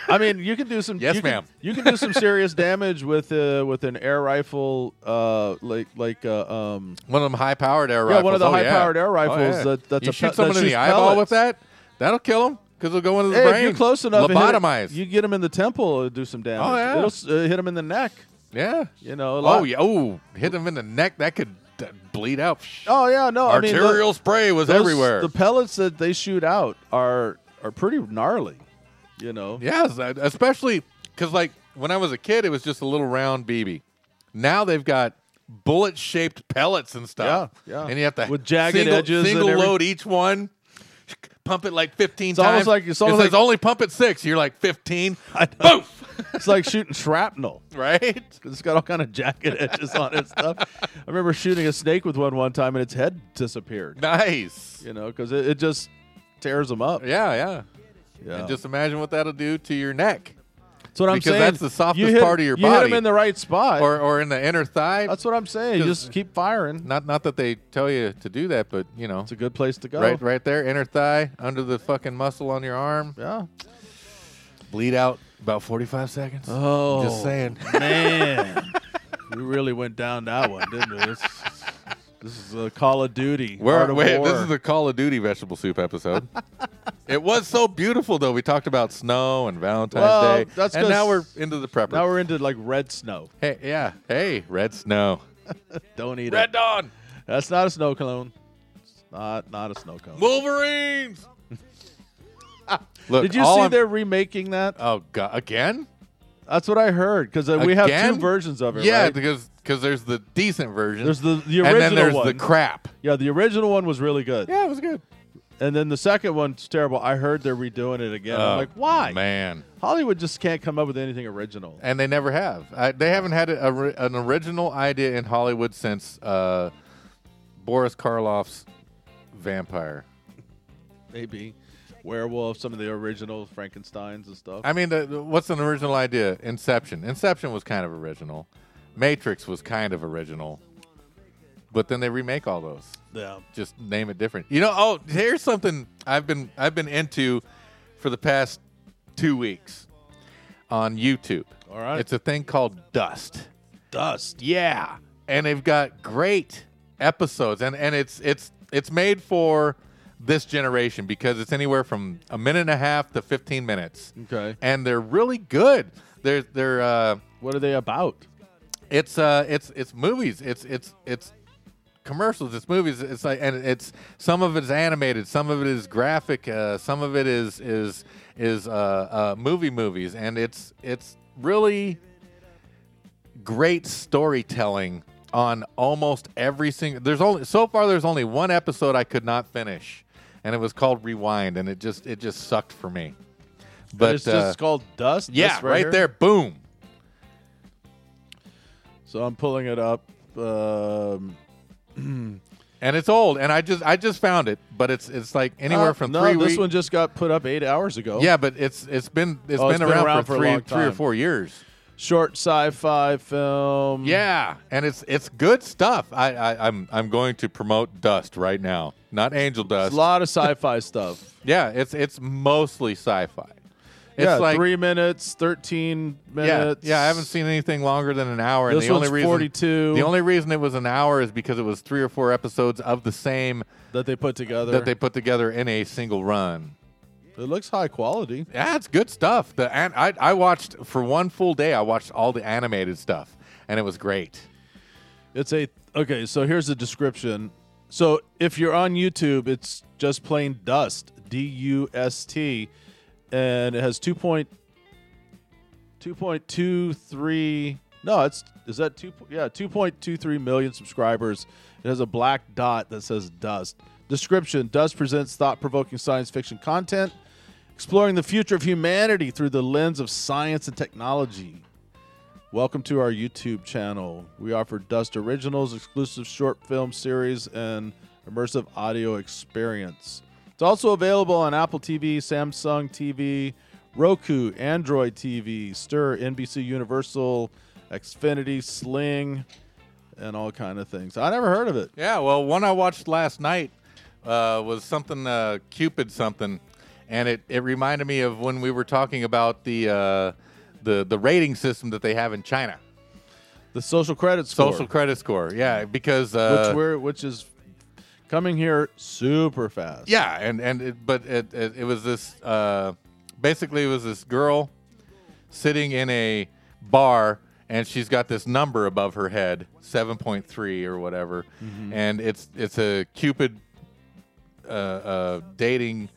I mean, you can do some. Yes, you can- ma'am. you can do some serious damage with uh, with an air rifle, uh, like like uh, um, one of them high powered air Yeah, rifles. one of the Oh, high-powered air Oh, rifles that- that's you a shoot pe- someone that in the shoots eyeball pellets. with that, that'll kill them. because it'll go into the Hey, if brain. you're close enough, and hit it- Lobotomized. You get him in the temple, it'll do some damage. Oh, yeah. It'll s- uh, hit him in the neck. yeah. You know. a lot. Oh yeah. Oh, hit him in the neck. That could d- bleed out. Oh yeah. No. I mean, the- Arterial spray was those- everywhere. The pellets that they shoot out are are pretty gnarly. You know. Yes, I- especially because like when I was a kid, it was just a little round BB. Now they've got bullet shaped pellets and stuff. Yeah, yeah. And you have to With jagged single, edges and single every- load each one. Pump it like fifteen It's times. almost like- it's almost it says like- only pump it six. You're like fifteen. I know. It's like shooting shrapnel. right? 'cause It's got all kind of jagged edges on it and stuff. I remember shooting a snake with one one time, and its head disappeared. Nice. You know, because it, it just tears them up. Yeah, yeah. Yeah. And just imagine what that'll do to your neck, that's what I'm because saying. that's the softest you hit, part of your you hit body. 'em in the right spot. or or in the inner thigh. that's what I'm saying. You Because- just keep firing. Not not that they tell you to do that, but you know, It's a good place to go. right right there, inner thigh, under the fucking muscle on your arm. Yeah. bleed out about 45 seconds. Oh, Just saying. man, you really went down that one, didn't you? This, this is a Call of Duty. Where, Art of wait, War. this is the Call of Duty vegetable soup episode. it was so beautiful, though. We talked about snow and Valentine's Well, Day. that's and 'cause- now we're into the prepper. now we're into like red snow. hey, yeah. Hey, red snow. Don't eat Red it. Dawn. That's not a snow cone. It's not not a snow cone. Wolverines. Look, Did you all see I'm- they're remaking that? Oh, God. Again? That's what I heard because we have two Again? versions of it. yeah, right? because because there's the decent version. there's the the original and then there's one. the crap. yeah, the original one was really good, Yeah, it was good. and then the second one's terrible. I heard they're redoing it again. Oh, I'm like, why? Man. Hollywood just can't come up with anything original. and they never have. I, they haven't had a, ri- an original idea in Hollywood since uh, Boris Karloff's Vampire. maybe werewolf some of the original frankensteins and stuff I mean, the, the- what's an original idea? Inception. Inception was kind of original. Matrix was kind of original. But then they remake all those. yeah Just name it different. You know. Oh, here's something I've been I've been into for the past two weeks on YouTube. All right. It's a thing called Dust. dust Yeah, and they've got great episodes, and and it's it's it's made for this generation because it's anywhere from a minute and a half to fifteen minutes, okay and they're really good. They're they're uh, what are they about it's uh it's it's movies. It's it's it's commercials. It's movies. It's like and it's some of it's animated. Some of it is graphic. Uh, some of it is is is uh, uh, movie movies. And it's it's really great storytelling on almost every single. There's only so far. There's only one episode I could not finish, and it was called Rewind, and it just it just sucked for me. But but it's uh, just called dust yeah, This right, there, boom. so i'm pulling it up um and it's old and i just i just found it but it's it's like anywhere uh, from no, three this weeks one just got put up eight hours ago yeah but it's it's been it's Oh, been, it's around, for, a three long three or time. four years short sci-fi film yeah and it's it's good stuff I, I i'm i'm going to promote dust right now not angel a dust lot of sci-fi stuff yeah it's it's mostly sci-fi it's yeah like three minutes 13 yeah, minutes yeah, I haven't seen anything longer than an hour. And This the only one's reason 42. the only reason it was an hour is because it was three or four episodes of the same that they put together that they put together in a single run. it looks high quality Yeah, it's good stuff. The an- I I watched for one full day. I watched all the animated stuff, and it was great. It's a okay. So here's the description. So if you're on YouTube, it's just plain dust, D U S T, and it has two point two point two three. No, it's is that two? po- Yeah, two point two three million subscribers. It has a black dot that says dust. Description: Dust presents thought-provoking science fiction content, exploring the future of humanity through the lens of science and technology. Welcome to our YouTube channel. We offer Dust Originals, exclusive short film series, and immersive audio experience. It's also available on Apple TV, Samsung TV, Roku, Android TV, Stir, NBC Universal, Xfinity, Sling, and all kind of things. I never heard of it. Yeah, well, one I watched last night uh, was something uh, Cupid something, and it, it reminded me of when we were talking about the uh, the the rating system that they have in China, The social credit score, social credit score. Yeah, because which uh, we're, which is coming here super fast. Yeah, and and it, but it, it, it was this uh, basically it was this girl sitting in a bar and she's got this number above her head, seven point three or whatever, and it's it's a Cupid uh, uh, dating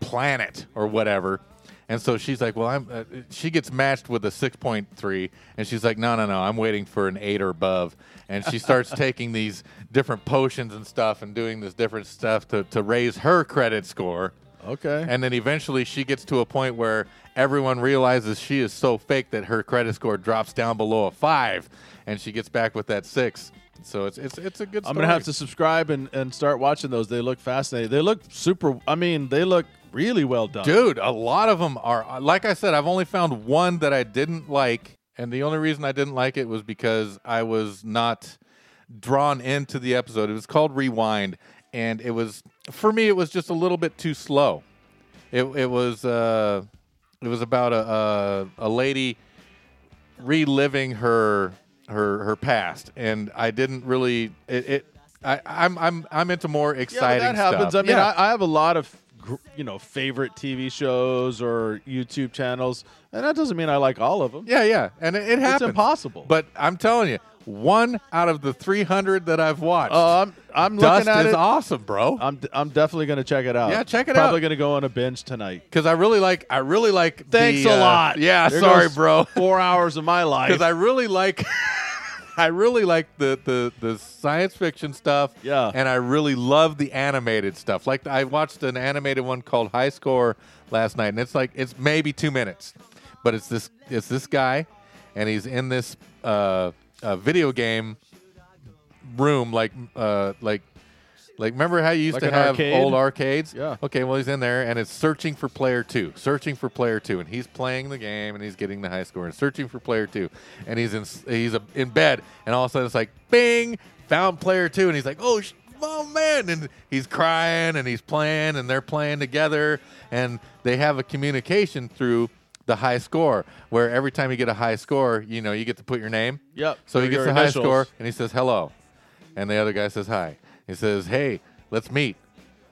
planet or whatever. And so she's like, "Well, I'm." Uh, she gets matched with a six point three, and she's like, "No, no, no, I'm waiting for an eight or above." And she starts taking these different potions and stuff, and doing this different stuff to to raise her credit score. Okay. And then eventually she gets to a point where everyone realizes she is so fake that her credit score drops down below a five, and she gets back with that six. So it's it's it's a good. I'm Story. gonna have to subscribe and, and start watching those. They look fascinating. They look super. I mean, they look really well done. Dude, a lot of them are. uh, Like I said, I've only found one that I didn't like, and the only reason I didn't like it was because I was not drawn into the episode. It was called Rewind, and it was for me. It was just a little bit too slow. It it was uh, it was about a a, a lady reliving her her her past, and I didn't really it. it I, I'm I'm I'm into more yeah, but exciting. that happens. stuff. I mean, Yeah. I, I have a lot of gr- you know favorite TV shows or YouTube channels, and that doesn't mean I like all of them. Yeah, yeah, and it, it happens. impossible. But I'm telling you, one out of the 300 that I've watched, Uh, I'm I'm Dust looking at is it. awesome, bro. I'm d- I'm definitely gonna check it out. Yeah, check it out. Probably gonna go on a binge tonight. Because I really like, I really like. the, Thanks a uh, lot. yeah, There sorry, goes bro. Four hours of my life. Because I really like, I really like the the the science fiction stuff. Yeah. and I really love the animated stuff. Like I watched an animated one called High Score last night, and it's like it's maybe two minutes, but it's this it's this guy, and he's in this uh, uh, video game room, like uh, like like remember how you used Like to an have arcade? old arcades? Yeah. Okay, well he's in there and it's searching for player two, searching for player two, and he's playing the game and he's getting the high score and searching for player two, and he's in he's a, in bed and all of a sudden it's like bing, found player two, and he's like oh. Sh- Oh man, and he's crying and he's playing and they're playing together and they have a communication through the high score where every time you get a high score, you know, you get to put your name. Yep, So he your- gets your the high initials. score and he says hello. And the other guy says hi. He says, "Hey, let's meet."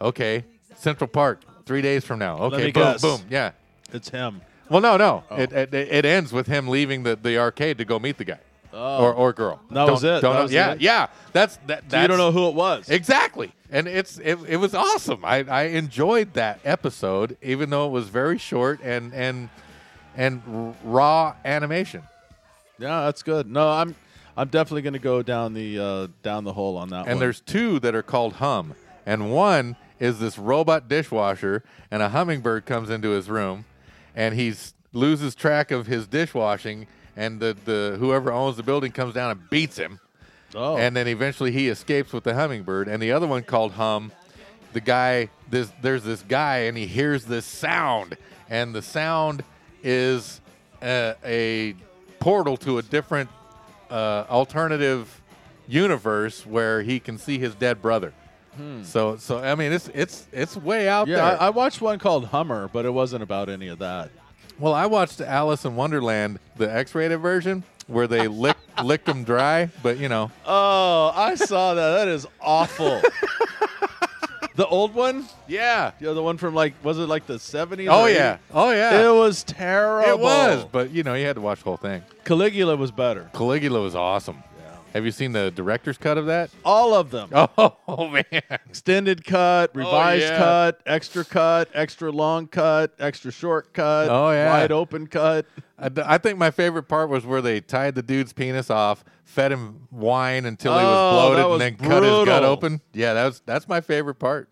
Okay, Central Park, three days from now. Okay, me boom, guess. Oh. boom, yeah. it's him. Well, no, no. It, it it ends with him leaving the, the arcade to go meet the guy or or girl. Oh. That was it. Don't That know. was yeah, it. yeah. That's that. So That's, you don't know who it was. exactly. And it's it, it was awesome. I, I enjoyed that episode, even though it was very short and and and r- raw animation. Yeah, that's good. No, I'm I'm definitely going to go down the uh, down the hole on that one. and there's two that are called hum and one is this robot dishwasher and a hummingbird comes into his room and he loses track of his dishwashing and the, the whoever owns the building comes down and beats him oh, and then eventually he escapes with the hummingbird and the other one called hum the guy this there's this guy and he hears this sound and the sound is a, a portal to a different uh, alternative universe where he can see his dead brother so so i mean it's it's it's way out Hmm. yeah, there I, I watched one called Hummer, but it wasn't about any of that. well i watched alice in wonderland the x-rated version where they lick licked him dry but you know Oh, I saw that. That is awful. the old one, yeah yeah, the one from like was it like the 70s? oh or yeah oh yeah 80s? it was terrible. It was, but you know, you had to watch the whole thing. Caligula was better. Caligula was awesome. Yeah. Have you seen the director's cut of that? All of them. Oh, man. Extended cut, revised yeah. cut, extra cut, extra long cut, extra short cut, Oh, yeah. wide open cut. I, d- I think my favorite part was where they tied the dude's penis off, fed him wine until he Oh, was bloated, that was and then cut his gut brutal. open. Yeah, that was, that's my favorite part.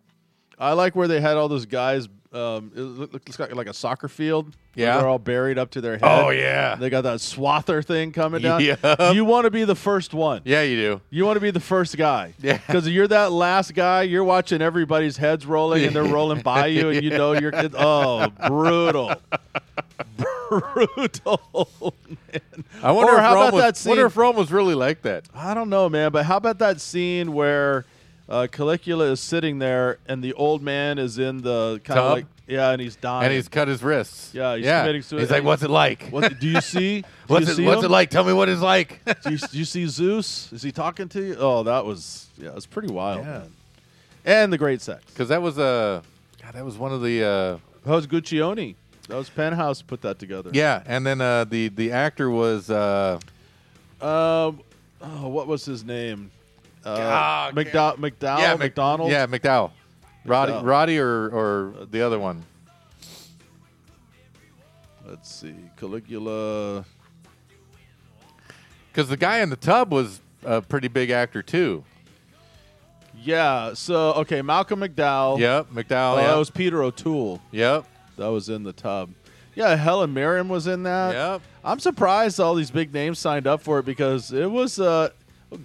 I like where they had all those guys. Um, it looked, looks like, like a soccer field. where Yeah. they're all buried up to their head. Oh, yeah. they got that swather thing coming down. Yep. You want to be the first one. Yeah, you do. You want to be the first guy. Yeah. because you're that last guy. You're watching everybody's heads rolling and they're rolling by you, and you know you're. It, oh, brutal, brutal. I wonder, Or if how Rome about was, that scene- wonder if Rome was really like that. I don't know, man. But how about that scene where uh, Caligula is sitting there and the old man is in the kind Tub? of like yeah, and he's dying. And he's cut his wrists. Yeah, he's committing suicide. He's like, what's it like? What do you see? Do what's you it, see what's him? it like? Tell me what it's like. Do you, do you see Zeus? Is he talking to you? Oh, that was yeah, it's pretty wild. Yeah. man. and the great sex. because that was uh, God, that was one of the uh, That was Guccione. That was Penthouse put that together. yeah, and then uh, the the actor was uh, Um, oh, what was his name? Ah, Uh, McDo- McDowell. yeah Mc- McDonald. Oh. yeah McDowell, Roddy McDowell. Roddy or or the other one. Let's see. Caligula. Because the guy in the tub was a pretty big actor too. Yeah. So okay, Malcolm McDowell. Yep, Oh, McDowell. that yep. was Peter O'Toole. yep. That was in the tub. Yeah, Helen Mirren was in that. Yep. I'm surprised all these big names signed up for it because it was uh,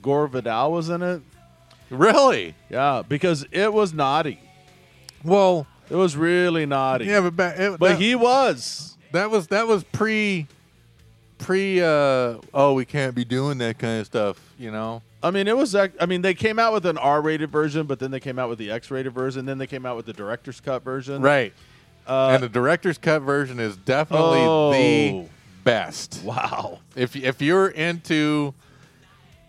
Gore Vidal was in it. Really? Yeah, because it was naughty. Well, It was really naughty. yeah, but back, it, but that, he was. that was that was pre pre uh oh we can't be doing that kind of stuff, you know. I mean, it was. ac- I mean, they came out with an R-rated version, but then they came out with the X-rated version. Then they came out with the director's cut version. Right. Uh, and the director's cut version is definitely the Oh. best. Wow. If if you're into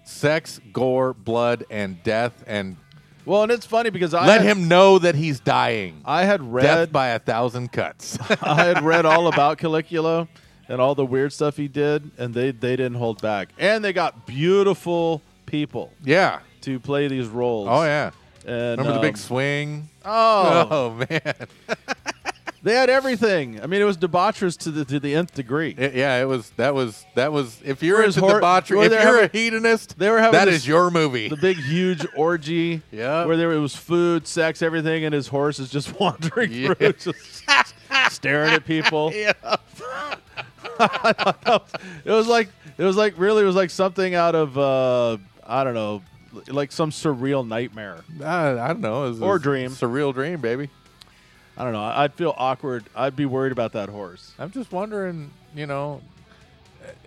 sex, gore, blood and death and Well, and it's funny because I let had, him know that he's dying. I had Death read. by a thousand cuts. I had read all about Caligula and all the weird stuff he did, and they they didn't hold back, and they got beautiful people yeah. to play these roles. Oh yeah. And, Remember the big um, swing? oh, Oh, man. they had everything. I mean, it was debaucherous to the to the nth degree. It- yeah, it was that was that was if you're Whereas into hor- debauchery, were if they you're a having- hedonist, they were having that this- is your movie. the big huge orgy. Yeah. Where there was food, sex, everything, and his horse is just wandering Yeah. through, just staring at people. Yeah. It was like it was like really it was like something out of uh I don't know, like some surreal nightmare. I, I don't know. It was- Or it was dream. Surreal dream, baby. I don't know. I'd feel awkward. I'd be worried about that horse. I'm just wondering, you know,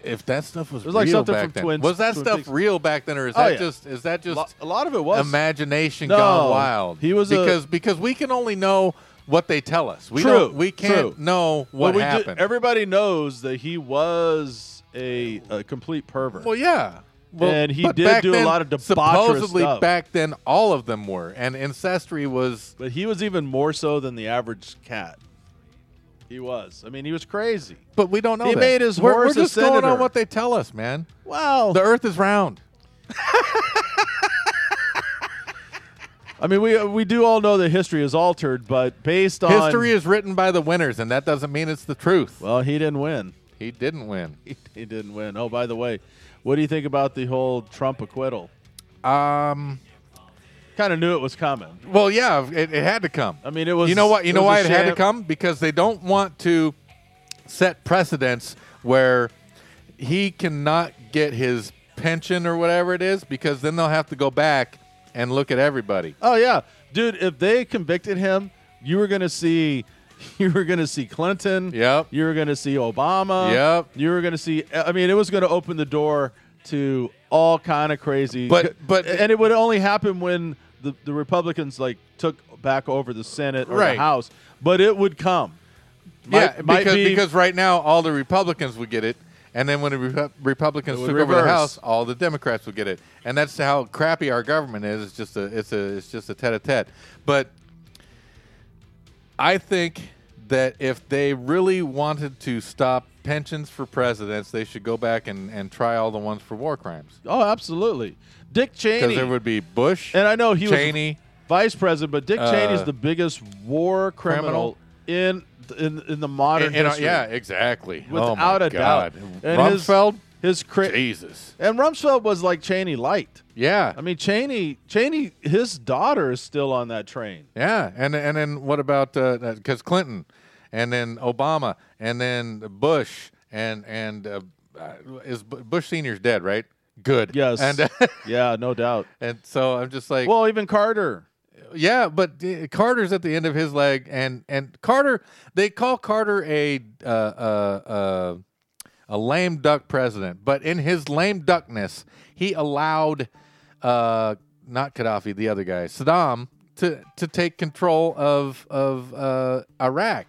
if that stuff was, It was like real something back from then. Twin- was that Twin stuff Peaks. real back then, or is Oh, that yeah. just is that Lo- just a lot of it was imagination No. gone wild? He was a- because because we can only know what they tell us. We True, don't, we can't true. know what But we do- happened. everybody knows that he was a, a complete pervert. Well, yeah. Well, And he but did back do a then, lot of debaucherous supposedly stuff. back then all of them were, and ancestry was But he was even more so than the average cat. He was. I mean, he was crazy. but we don't know He that. made his we're, horse we're a just going on senator. what they tell us, man. Wow. The earth is round. I mean, we we do all know that history is altered, but based on History is written by the winners, and that doesn't mean it's the truth. well, he didn't win. he didn't win. He, he didn't win. Oh, by the way, what do you think about the whole Trump acquittal? Um Kind of knew it was coming. well, yeah, it, it had to come. I mean, it was. you know what? You know was why a it had to sham- come because they don't want to set precedents where he cannot get his pension or whatever it is because then they'll have to go back and look at everybody. Oh yeah, dude. If they convicted him, you were gonna see, you were gonna see Clinton. Yep. You were gonna see Obama. Yep. You were gonna see. I mean, it was gonna open the door to all kind of crazy. But- but- and it would only happen when the the Republicans like took back over the Senate or Right. the House. But it would come. yeah, Might- might because be- because right now all the Republicans would get it, and then when the Repu- Republicans It would took over the reverse. House, all the Democrats would get it, and that's how crappy our government is. It's just a it's a it's just a tete-a-tete. But I think that if they really wanted to stop pensions for presidents, they should go back and, and try all the ones for war crimes Oh, absolutely. Dick because Cheney. there would be Bush and I know he was Cheney. vice president, but Dick Cheney's Uh, the biggest war criminal. criminal, in. In, in the modern in- in our- history. yeah, exactly. oh my without a God. doubt. And his- Rumsfeld, His cra- Jesus. and Rumsfeld was like Cheney light. Yeah, I mean, Cheney, Cheney, his daughter is still on that train. Yeah, and and then what about because Clinton, and then Obama, and then Bush, and and uh, uh, is Bu- Bush senior's dead, right? Good. Yes. And uh, yeah, no doubt. and so I'm just like, Well, even Carter. yeah, but uh, Carter's at the end of his leg, and and Carter, they call Carter a uh, uh, uh, a lame duck president, but in his lame duckness, he allowed uh, not Gaddafi, the other guy, Saddam, to to take control of of uh, Iraq.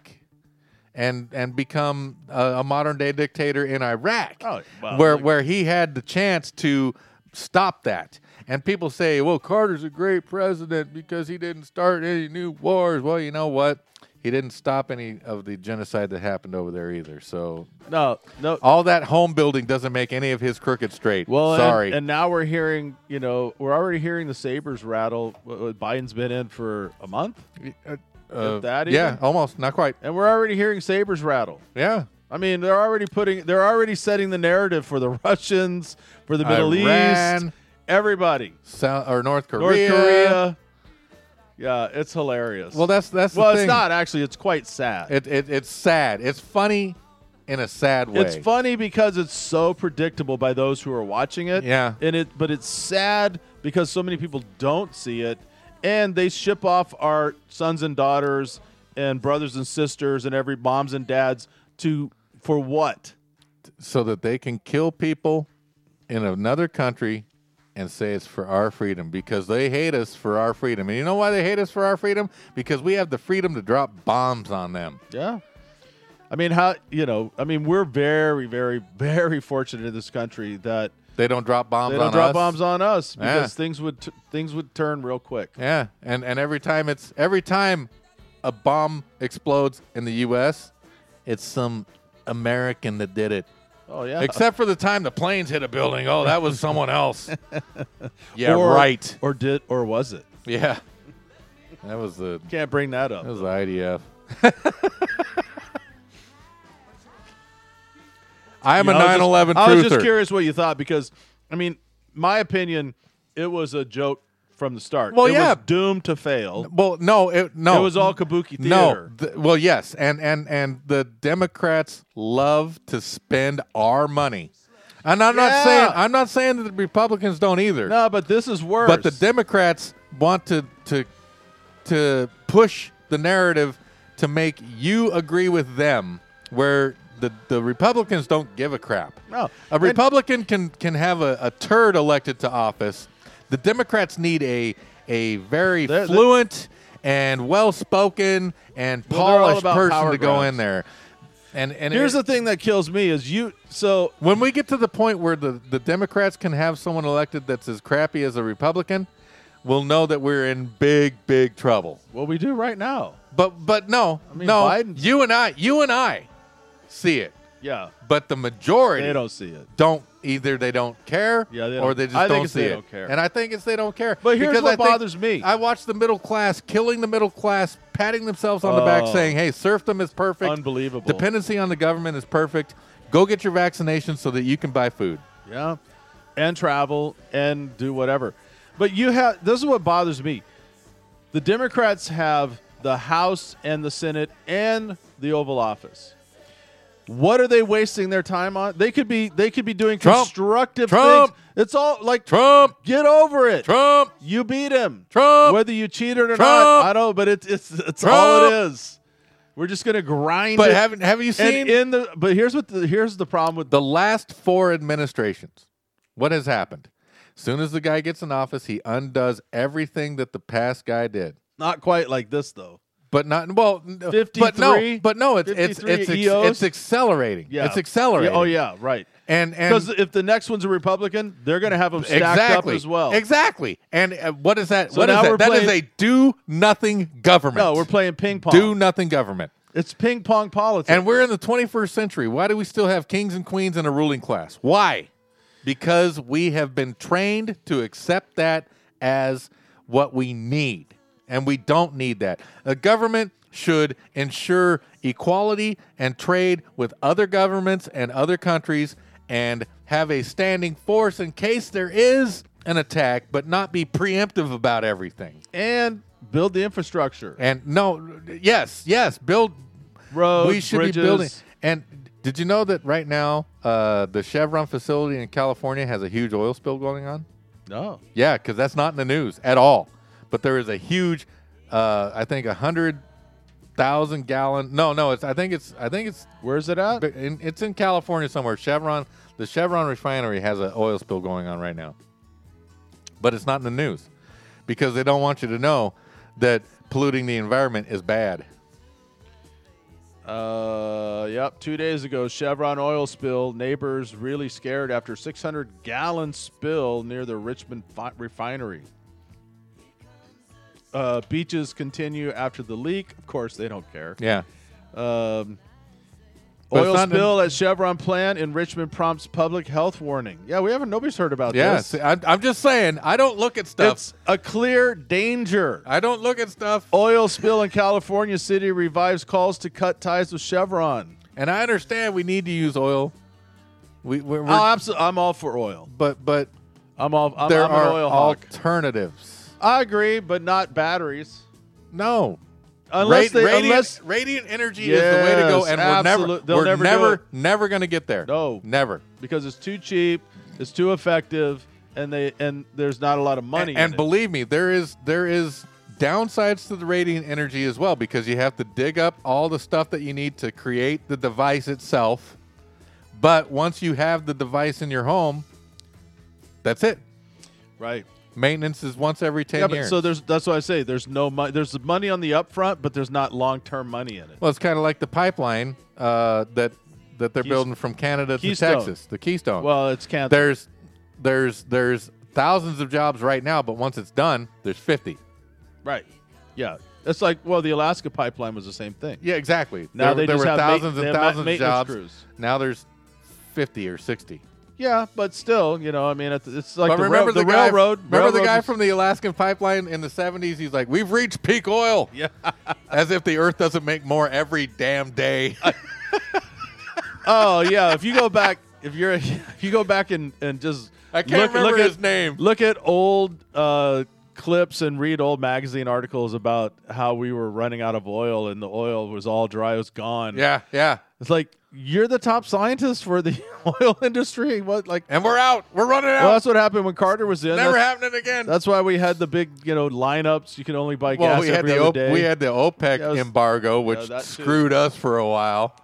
And, and become a, a modern day dictator in Iraq, Oh, wow, where look. where he had the chance to stop that, And people say, well, Carter's a great president because he didn't start any new wars. Well, you know what? He didn't stop any of the genocide that happened over there either. So No, no. all that home building doesn't make any of his crooked straight. Well, and- sorry. And, now we're hearing, you know, we're already hearing the sabers rattle. Uh, Biden's been in for a month, Uh, if that yeah, even- almost. Not quite. and we're already hearing sabers rattle. Yeah. I mean, they're already putting, they're already setting the narrative for the Russians, for the Middle Iran. East, everybody, South or North Korea. North Korea. Yeah, it's hilarious. Well, that's that's well, the it's thing. not actually. It's quite sad. It, it it's sad. It's funny in a sad way. It's funny because it's so predictable by those who are watching it. Yeah. And it but it's sad because so many people don't see it and they ship off our sons and daughters and brothers and sisters and every moms and dads to for what? so that they can kill people in another country and say it's for our freedom because they hate us for our freedom. And you know why they hate us for our freedom? Because we have the freedom to drop bombs on them. Yeah. I mean, how you know, I mean, we're very very very fortunate in this country that They don't drop bombs they don't on drop us. bombs on us Yeah. because things would t- things would turn real quick. Yeah, and and every time it's every time a bomb explodes in the U.S., it's some American that did it. Oh yeah. Except for the time the planes hit a building. Oh, that was someone else. yeah, Or- right. Or did or was it? Yeah, that was the Can't bring that up. that was the IDF. I am a You know, I was just- 9/11 I was just truther. curious what you thought because, I mean, my opinion, it was a joke from the start. Well, it yeah. was doomed to fail. Well, no, it, no, It was all kabuki No, theater. th- well, yes, and and and the Democrats love to spend our money, and I'm not Yeah. saying I'm not saying that the Republicans don't either, No, but this is worse. but the Democrats want to to to push the narrative to make you agree with them, where the the Republicans don't give a crap. No. a And- Republican can can have a, a turd elected to office. The Democrats need a a very They're- they're- fluent and well spoken and Well, they're all polished about person power to go grabs. in there. And and here's it- the thing that kills me is you. So when we get to the point where the, the Democrats can have someone elected that's as crappy as a Republican, we'll know that we're in big, big trouble. what we do right now? But but no, mean, no, Biden- you and I, you and I, see it. Yeah, But the majority they don't see it. don't- either. They don't care, Yeah, they or don't- they just I think don't it's see they it. don't care. And I think it's they don't care. But here's Because what I think- bothers me. I watch the middle class killing the middle class, patting themselves on the back, Oh. saying, "Hey, serfdom is perfect. Unbelievable. Dependency on the government is perfect. Go get your vaccination so that you can buy food." Yeah, and travel and do whatever. But you have this is what bothers me. The Democrats have the House and the Senate and the Oval Office. What are they wasting their time on? They could be they could be doing Trump. constructive Trump. things. It's all like Trump, get over it. Trump, You beat him. Trump. Whether you cheated or Trump. not, I don't. But it's it's it's all it Trump. is. We're just gonna grind. But it. haven't have you seen and in the but here's what the, here's the problem with the last four administrations? What has happened? Soon as the guy gets in office, he undoes everything that the past guy did. not quite like this though. But not well. n- But no, 53? but no. It's it's it's 53 ex- EOs? it's accelerating. E Yeah, it's accelerating. Yeah, oh yeah, right. and and Because if the next one's a Republican, they're going to have them stacked exactly up as well. Exactly. And uh, what is that? So what is now that? we're That is playing- a do nothing government. No, we're playing ping pong. do nothing government. it's ping pong politics. And we're in the 21st century. Why do we still have kings and queens in a ruling class? Why? Because we have been trained to accept that as what we need. And we don't need that. A government should ensure equality and trade with other governments and other countries and have a standing force in case there is an attack, but not be preemptive about everything. and build the infrastructure. And no, yes, yes, build Roads, we should bridges. be building. And did you know that right now uh, the Chevron facility in California has a huge oil spill going on? No. Yeah, because that's not in the news at all. But there is a huge, uh, I think a hundred thousand gallon. No, no, it's I think it's I think it's Where's it at? in, it's in California somewhere. Chevron, the Chevron refinery has an oil spill going on right now, but it's not in the news because they don't want you to know that polluting the environment is bad. Uh, yep. Two days ago, Chevron oil spill. Neighbors really scared after 600 gallon spill near the Richmond fi- refinery. Uh, beaches continue after the leak. Of course, they don't care. Yeah. Um, But it's oil not in- spill at Chevron plant in Richmond prompts public health warning. Yeah, we haven't. Nobody's heard about Yeah. this. see, I'm, I'm just saying, I don't look at stuff. It's a clear danger. I don't look at stuff. Oil spill in California city revives calls to cut ties with Chevron. And I understand we need to use oil. We, we're, we're- Oh, absolutely. I'm all for oil. but but I'm all. I'm, there I'm are an oil hawk. alternatives. I agree, but not batteries. No. Unless Ra- they, radiant, unless radiant energy is the way to go, Yes, and we're never, absolute- they'll we're never do never, it. never going to get there. No. never. because it's too cheap, it's too effective, and they and there's not a lot of money. And, and in it. believe me, there is there is downsides to the radiant energy as well because you have to dig up all the stuff that you need to create the device itself. But once you have the device in your home, that's it. right? Maintenance is once every ten Yeah, but years. so there's that's why I say there's no money. There's money on the upfront, but there's not long term money in it. well, it's kind of like the pipeline uh, that that they're Keys- building from Canada to Keystone. Texas, the Keystone. Well, it's canceled. there's there's there's thousands of jobs right now, but once it's done, there's 50. Right. Yeah. It's like well, the Alaska pipeline was the same thing. Yeah, exactly. Now there they there just were have ma- thousands they and have ma- thousands of maintenance jobs. crews. Now there's 50 or 60. Yeah, but still, you know, I mean, it- it's like But the, remember rail- the, the guy, railroad. remember the railroad guy was- from the Alaskan pipeline in the 70s? He's like, "We've reached peak oil." Yeah. As if the earth doesn't make more every damn day. Oh yeah, if you go back, if you're if you go back and and just I can't look, remember look his at, name. Look at old uh, clips and read old magazine articles about how we were running out of oil and the oil was all dry, it was gone. yeah, yeah. It's like you're the top scientist for the oil industry. What like And we're out. We're running well, out. that's what happened when Carter was in. Never that's, happening again. that's why we had the big, you know, lineups. You can only buy well, gas we had every the other O- day. we had the OPEC That was- embargo, which that too. screwed us for a while.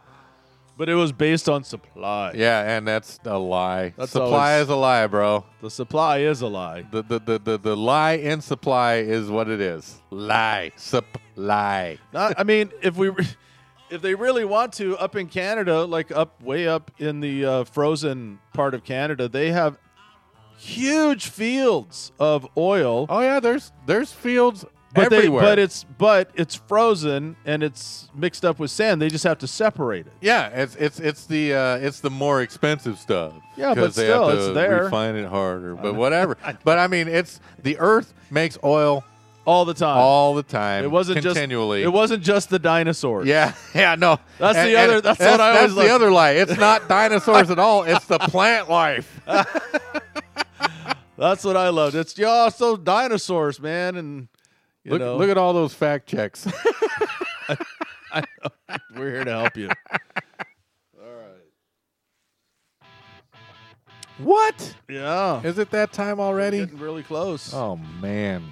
but it was based on supply. Yeah, and that's a lie. That's supply always- is a lie, bro. The supply is a lie. The the, the, the the lie in supply is what it is. Lie. Supply. Not, I mean, if we, re- if they really want to, up in Canada, like up way up in the uh, frozen part of Canada, they have huge fields of oil. Oh yeah, there's there's fields But they, everywhere. but it's but it's frozen and it's mixed up with sand. They just have to separate it. yeah, it's it's it's the uh, it's the more expensive stuff. Yeah, but 'cause they still, have to it's there. Refine it harder, but whatever. but I mean, it's the Earth makes oil all the time. all the time. it wasn't continually. just it wasn't just the dinosaurs. Yeah, yeah, no. That's the other- that's what I that's always the like- other lie. It's not dinosaurs at all. It's the plant life. that's what I loved. It's y'all so dinosaurs, man, and you Look, know look at all those fact checks. we're here to help you. what yeah, is it? That time already? getting really close. Oh man.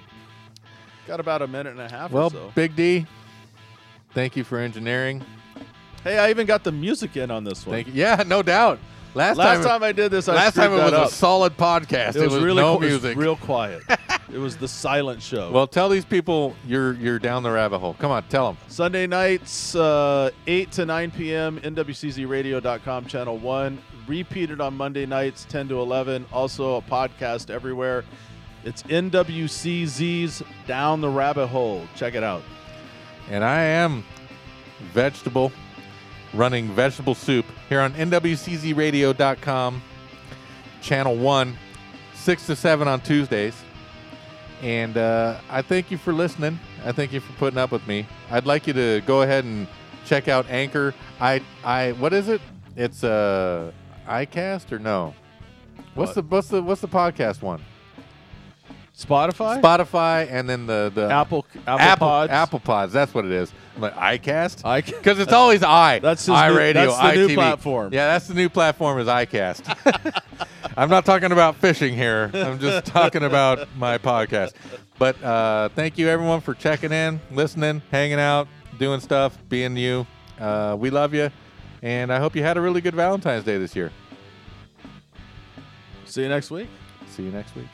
Got about a minute and a half Well, or so. Big D, thank you for engineering. Hey, I even got the music in on this one. Thank you. Yeah, no doubt. Last, Last time, time I did this, I last time it screwed was that a solid podcast. up. It was really no qu- it was music. real quiet. it was the silent show. well, tell these people you're you're down the rabbit hole. Come on, tell them. Sunday nights, uh, 8 to 9 p.m., NWCZRadio.com, channel 1. Repeated on Monday nights, 10 to 11. Also a podcast everywhere. It's NWCZ's Down the Rabbit Hole. Check it out. and I am vegetable running vegetable soup here on nwczradio.com channel 1 6 to 7 on Tuesdays and uh, I thank you for listening I thank you for putting up with me I'd like you to go ahead and check out Anchor I I what is it it's uh iCast or no what's What? the what's the what's the podcast one Spotify? Spotify and then the the Apple, Apple, Apple Pods. Apple Pods. That's what it is. I'm like iCast. iCast. because it's always i. That's his i new- radio. that's the new iTV. platform. Yeah, that's the new platform is iCast. I'm not talking about fishing here. I'm just talking about my podcast. But uh, thank you everyone for checking in, listening, hanging out, doing stuff, being you. Uh, we love you, and I hope you had a really good Valentine's Day this year. See you next week. See you next week.